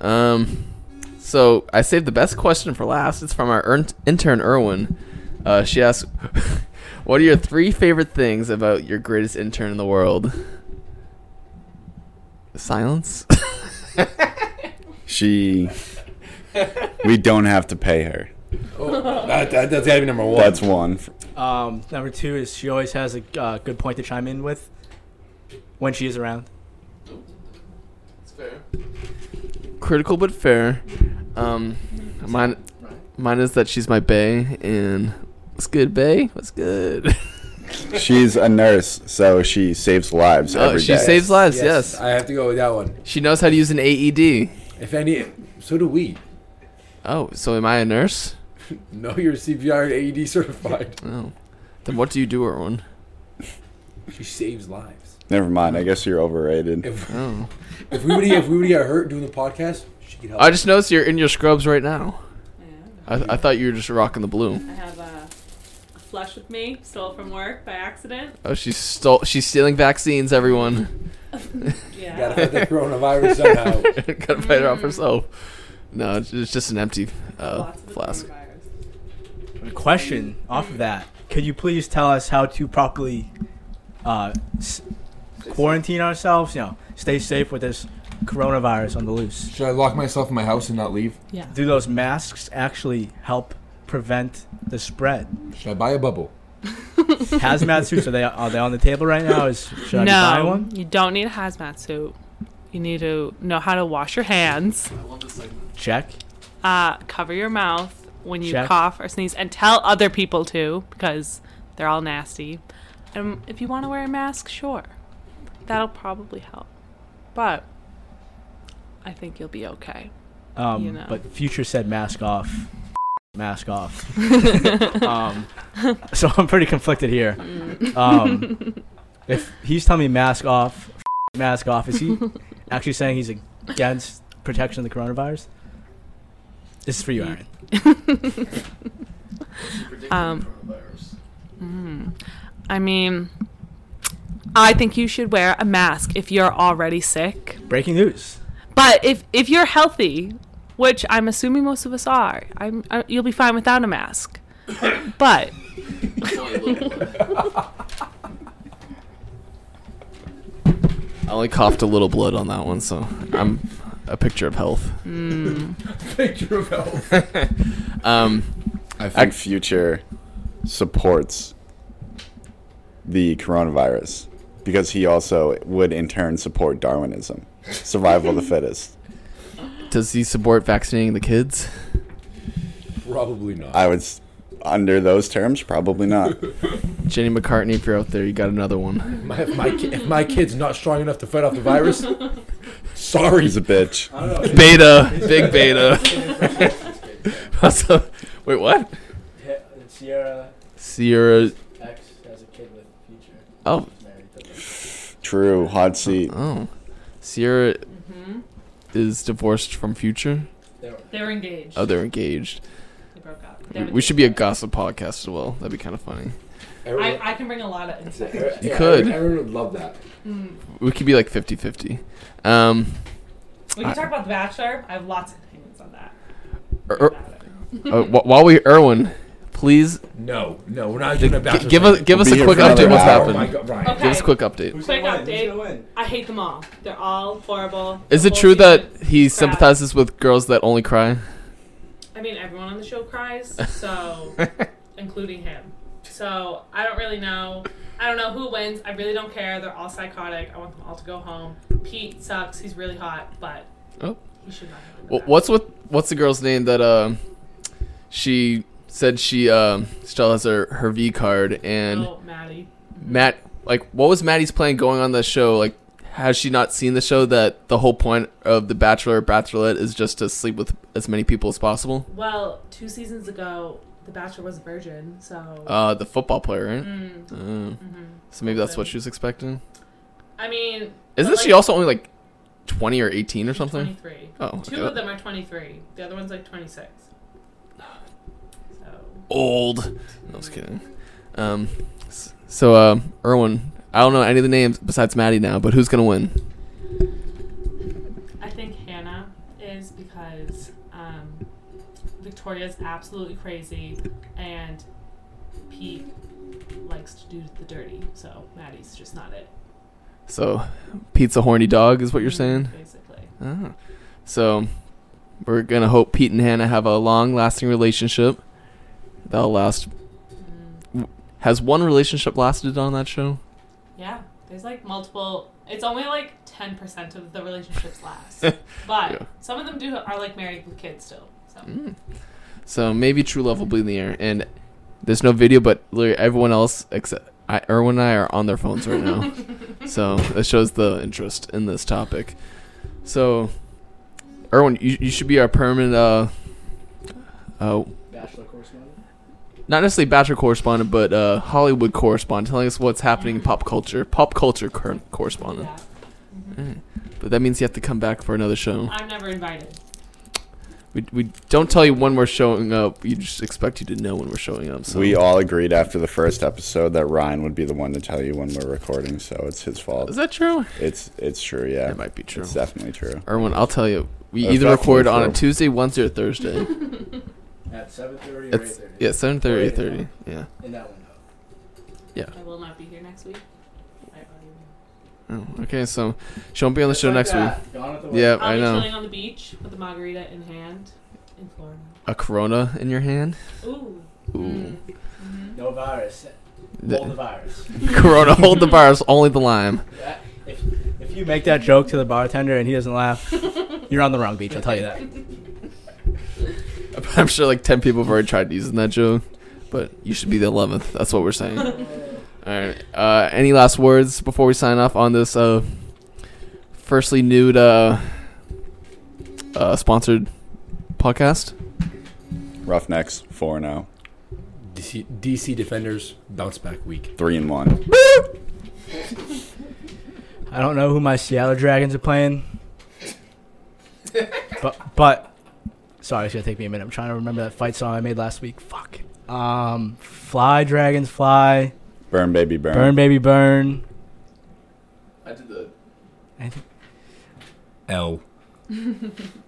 A: Um, so I saved the best question for last. It's from our earn- intern Erwin. Uh, she asks, [LAUGHS] "What are your three favorite things about your greatest intern in the world?" Silence. [LAUGHS]
B: She. we don't have to pay her.
C: That, that, that's gotta be number one.
B: That's one.
D: Um, number two is she always has a uh, good point to chime in with when she is around.
A: It's fair. Critical but fair. Um, mine, mine is that she's my bae, and what's good, bae? What's good? [LAUGHS]
B: She's a nurse, so she saves lives
A: Oh,
B: every
A: she
B: day.
A: saves lives. Yes.
C: I have to go with that one.
A: she knows how to use an E AED.
C: If any, so do we.
A: Oh, so am I a nurse?
C: No, you're CPR and
F: [LAUGHS]
C: AED certified.
A: Oh, then what do you do, Erwin?
C: She saves lives.
B: Never mind. I guess you're overrated.
C: If,
A: Oh,
C: if we would if we would get hurt doing the podcast, she could help.
A: I just noticed you're in your scrubs right now.
E: Yeah.
A: I, I thought you were just rocking the blue.
E: I have a, a flush with me, stole from work by accident.
A: Oh, she's stole. She's stealing vaccines. Everyone
C: Gotta
D: [LAUGHS]
E: Yeah.
C: fight the coronavirus somehow.
A: [LAUGHS] gotta fight her off herself. No, it's it's just an empty
D: Oh,
A: uh,
E: Lots of the
A: flask.
E: coronavirus.
D: A question off of that: Could you please tell us how to properly uh, s- quarantine ourselves? You know, stay safe with this coronavirus on the loose.
F: Should I lock myself in my house and not leave?
D: Do those masks actually help prevent the spread?
F: Should I buy a bubble?
D: Hazmat suits are they are they on the table right now? Is should I be buying
E: No,
D: one?
E: you don't need a hazmat suit. You need to know how to wash your hands.
D: Check.
E: uh, cover your mouth when you
D: Check.
E: cough or sneeze and tell other people to because they're all nasty. Um, if you want to wear a mask, sure. That'll probably help. But I think you'll be okay.
D: Um,
E: You know.
D: But Future said mask off. Mask
E: [LAUGHS]
D: off. um, so I'm pretty conflicted here. Um, if he's telling me mask off, mask off, is
E: [LAUGHS]
D: he actually saying he's against protection of the coronavirus? This is for you, Aaron.
E: Um, I mean, I think you should wear a mask if you're already sick.
D: Breaking news.
E: But if if you're healthy, which I'm assuming most of us are, I'm, I, you'll be fine without a mask. [COUGHS] But
A: I only coughed a little blood on that one, so I'm a picture of health.
F: Picture of health.
A: Um,
B: I think Future supports the coronavirus because he also would in turn support Darwinism, survival of the fittest.
A: does he support vaccinating the kids?
F: Probably not.
B: I would, s- under those terms, probably not.
A: Jenny McCartney, if you're out there, you got another one.
F: My, if, my ki- if my kid's not strong enough to fight off the virus, sorry.
B: He's a bitch.
A: Beta, big beta. [LAUGHS] What's up? Wait, what?
D: Sierra
A: Sierra.
D: X has a kid with Future.
A: Oh,
B: True. Hot seat.
A: oh. Sierra is divorced from Future.
E: Mm-hmm. they're engaged.
A: Oh, they're engaged.
E: They broke up.
A: We- We should be a gossip podcast as well. That'd be kind of funny.
E: I, I can bring a lot of insight. Mm.
A: You could.
F: Everyone would love that.
A: We could be like 50 50. Um,
E: We can talk about The Bachelor. I have lots of opinions on that.
A: er, er- uh, wh- while we, Erwin, please
F: No, no, we're not doing a
A: G-
F: bachelor.
A: give us give
B: We'll
A: us
B: be
A: a
B: here
A: quick
B: for another
A: update. What's
B: hour.
F: Oh my
A: happened?
F: God, Ryan.
E: Okay.
A: Give us a quick update.
E: Quick
D: gonna win? Who's gonna
E: update.
D: win?
E: I hate them all. They're all horrible.
A: Is
E: The
A: it
E: whole
A: true that
E: season
A: he
E: is crap.
A: sympathizes with girls that only cry? [LAUGHS]
E: I mean, everyone on the show cries,
A: [LAUGHS]
E: so including him. So I don't really know. I don't know who wins. I really don't care. They're all psychotic. I want them all to go home. Pete sucks. He's really hot, but
A: Oh.
E: he should not. Have been the
A: Wh-
E: best.
A: What's with what's the girl's name that uh, she said she um still has her her V card and
E: Oh, Maddie.
A: Matt like what was Maddie's plan going on the show like. Has she not seen the show that the whole point of the Bachelor or Bachelorette is just to sleep with as many people as possible?
E: Well, two seasons ago, The Bachelor was a virgin, so Mm-hmm.
A: Uh, the football player, right? Uh,
E: Mm.
A: So maybe that's what
E: Something.
A: she was expecting.
E: I mean,
A: Isn't
E: but,
A: she
E: like,
A: also only like twenty or eighteen or something?
E: Twenty-three.
A: Oh, okay.
E: Two of them are 23. The other one's like 26. So,
A: old. No, I was kidding. Um, s- so, uh, Erwin, I don't know any of the names besides Maddie now, but who's gonna win?
E: I think Hannah is because um, Victoria's absolutely crazy and Pete likes to do the dirty. So, Maddie's just not it.
A: So, Pete's a horny dog, is what you're saying.
E: Basically.
A: Ah. So, We're gonna hope Pete and Hannah have a long-lasting relationship. That'll last.
E: Mm,
A: Has one relationship lasted on that show?
E: Yeah, there's like multiple. It's only like ten percent of the relationships last, but
A: [LAUGHS] Yeah.
E: some of them do are like married with kids still. So
A: Mm, So maybe true love will be in the air, and there's no video, but literally everyone else except I, Erwin and I are on their phones right now. so it shows the interest in this topic. So, Erwin, you, you should be our permanent, uh, uh,
D: Bachelor correspondent.
A: not necessarily bachelor correspondent, but uh, Hollywood correspondent, telling us what's happening in pop culture, pop culture cor- correspondent. Mm.
E: yeah. Mm-hmm.
A: But that means you have to come back for another show.
E: I'm never invited.
A: We, we don't tell you when we're showing up. You just expect you to know when we're showing up. So
B: We all agreed after the first episode that Ryan would be the one to tell you when we're recording, so it's his fault.
A: is that true?
B: It's it's true, yeah.
A: That might be true.
B: It's definitely true.
A: Erwin, I'll tell you. We
B: That's
A: either
B: definitely
A: record on a
B: true.
A: Tuesday, Wednesday, or
B: [LAUGHS]
A: Thursday.
D: At seven thirty or eight
A: It's
D: thirty.
A: yeah, seven thirty, eight thirty.
D: Right.
A: Yeah.
D: In that window.
E: I will not be here next week. I already know.
A: Oh, okay, so she won't be on the
D: Just
A: show
D: like
A: next
D: that,
A: week.
D: gone at the
A: Yeah,
E: I'll
A: I
E: be
A: know.
E: chilling on the beach with a margarita in hand in Florida.
A: A Corona in your hand.
E: Ooh. Mm-hmm.
A: Ooh.
D: window. No virus.
A: The-
D: All the virus.
A: corona, hold the bars, only the lime.
D: That- If, if you make that joke to the bartender and he
A: [LAUGHS]
D: doesn't laugh, you're on the wrong beach. I'll tell you that.
A: [LAUGHS] I'm sure like ten people have already tried using that joke, but you should be the eleventh. That's what we're saying. All right. Uh, any last words before we sign off on this? Uh, firstly, nude uh, uh, sponsored podcast.
B: Roughnecks, four and oh.
F: DC, DC Defenders bounce back week.
B: Three and one.
D: I don't know who my Seattle Dragons
A: [LAUGHS]
D: are playing. but but sorry, it's gonna take me a minute. I'm trying to remember that fight song I made last week. Fuck. Um Fly Dragons Fly.
B: Burn baby burn.
D: Burn baby burn.
A: I did the
F: L.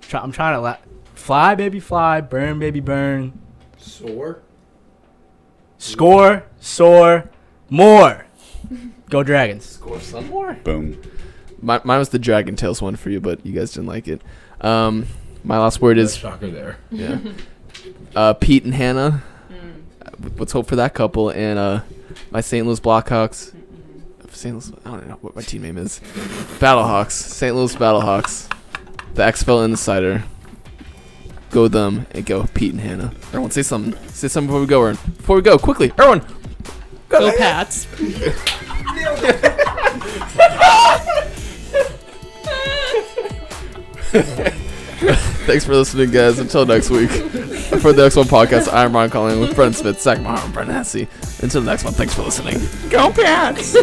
D: Try, I'm trying to la- fly baby fly, burn baby burn.
F: Sore.
D: Score, soar, more. Go Dragons.
A: score some more.
B: Boom.
A: My, mine was the Dragon Tales one for you, but you guys didn't like it. Um, my last word
F: Is
A: is
F: shocker there.
A: yeah. Uh, Pete and Hannah. Uh, Let's hope for that couple and uh, my St. Louis Blackhawks. St. Louis. I don't know what my team name is. Battlehawks. St. Louis Battlehawks. The XFL Insider. Go them and go Pete and Hannah. Erwin, say something. Say something before we go, Erwin. Before we go, quickly, Erwin.
E: Go Pats.
A: Thanks for listening, guys. Until next week. for the next one podcast, I'm Ron Calling with Brent Smith, Zach Maher, and Brent Hesse. Until the next one, thanks for listening. Go Pats!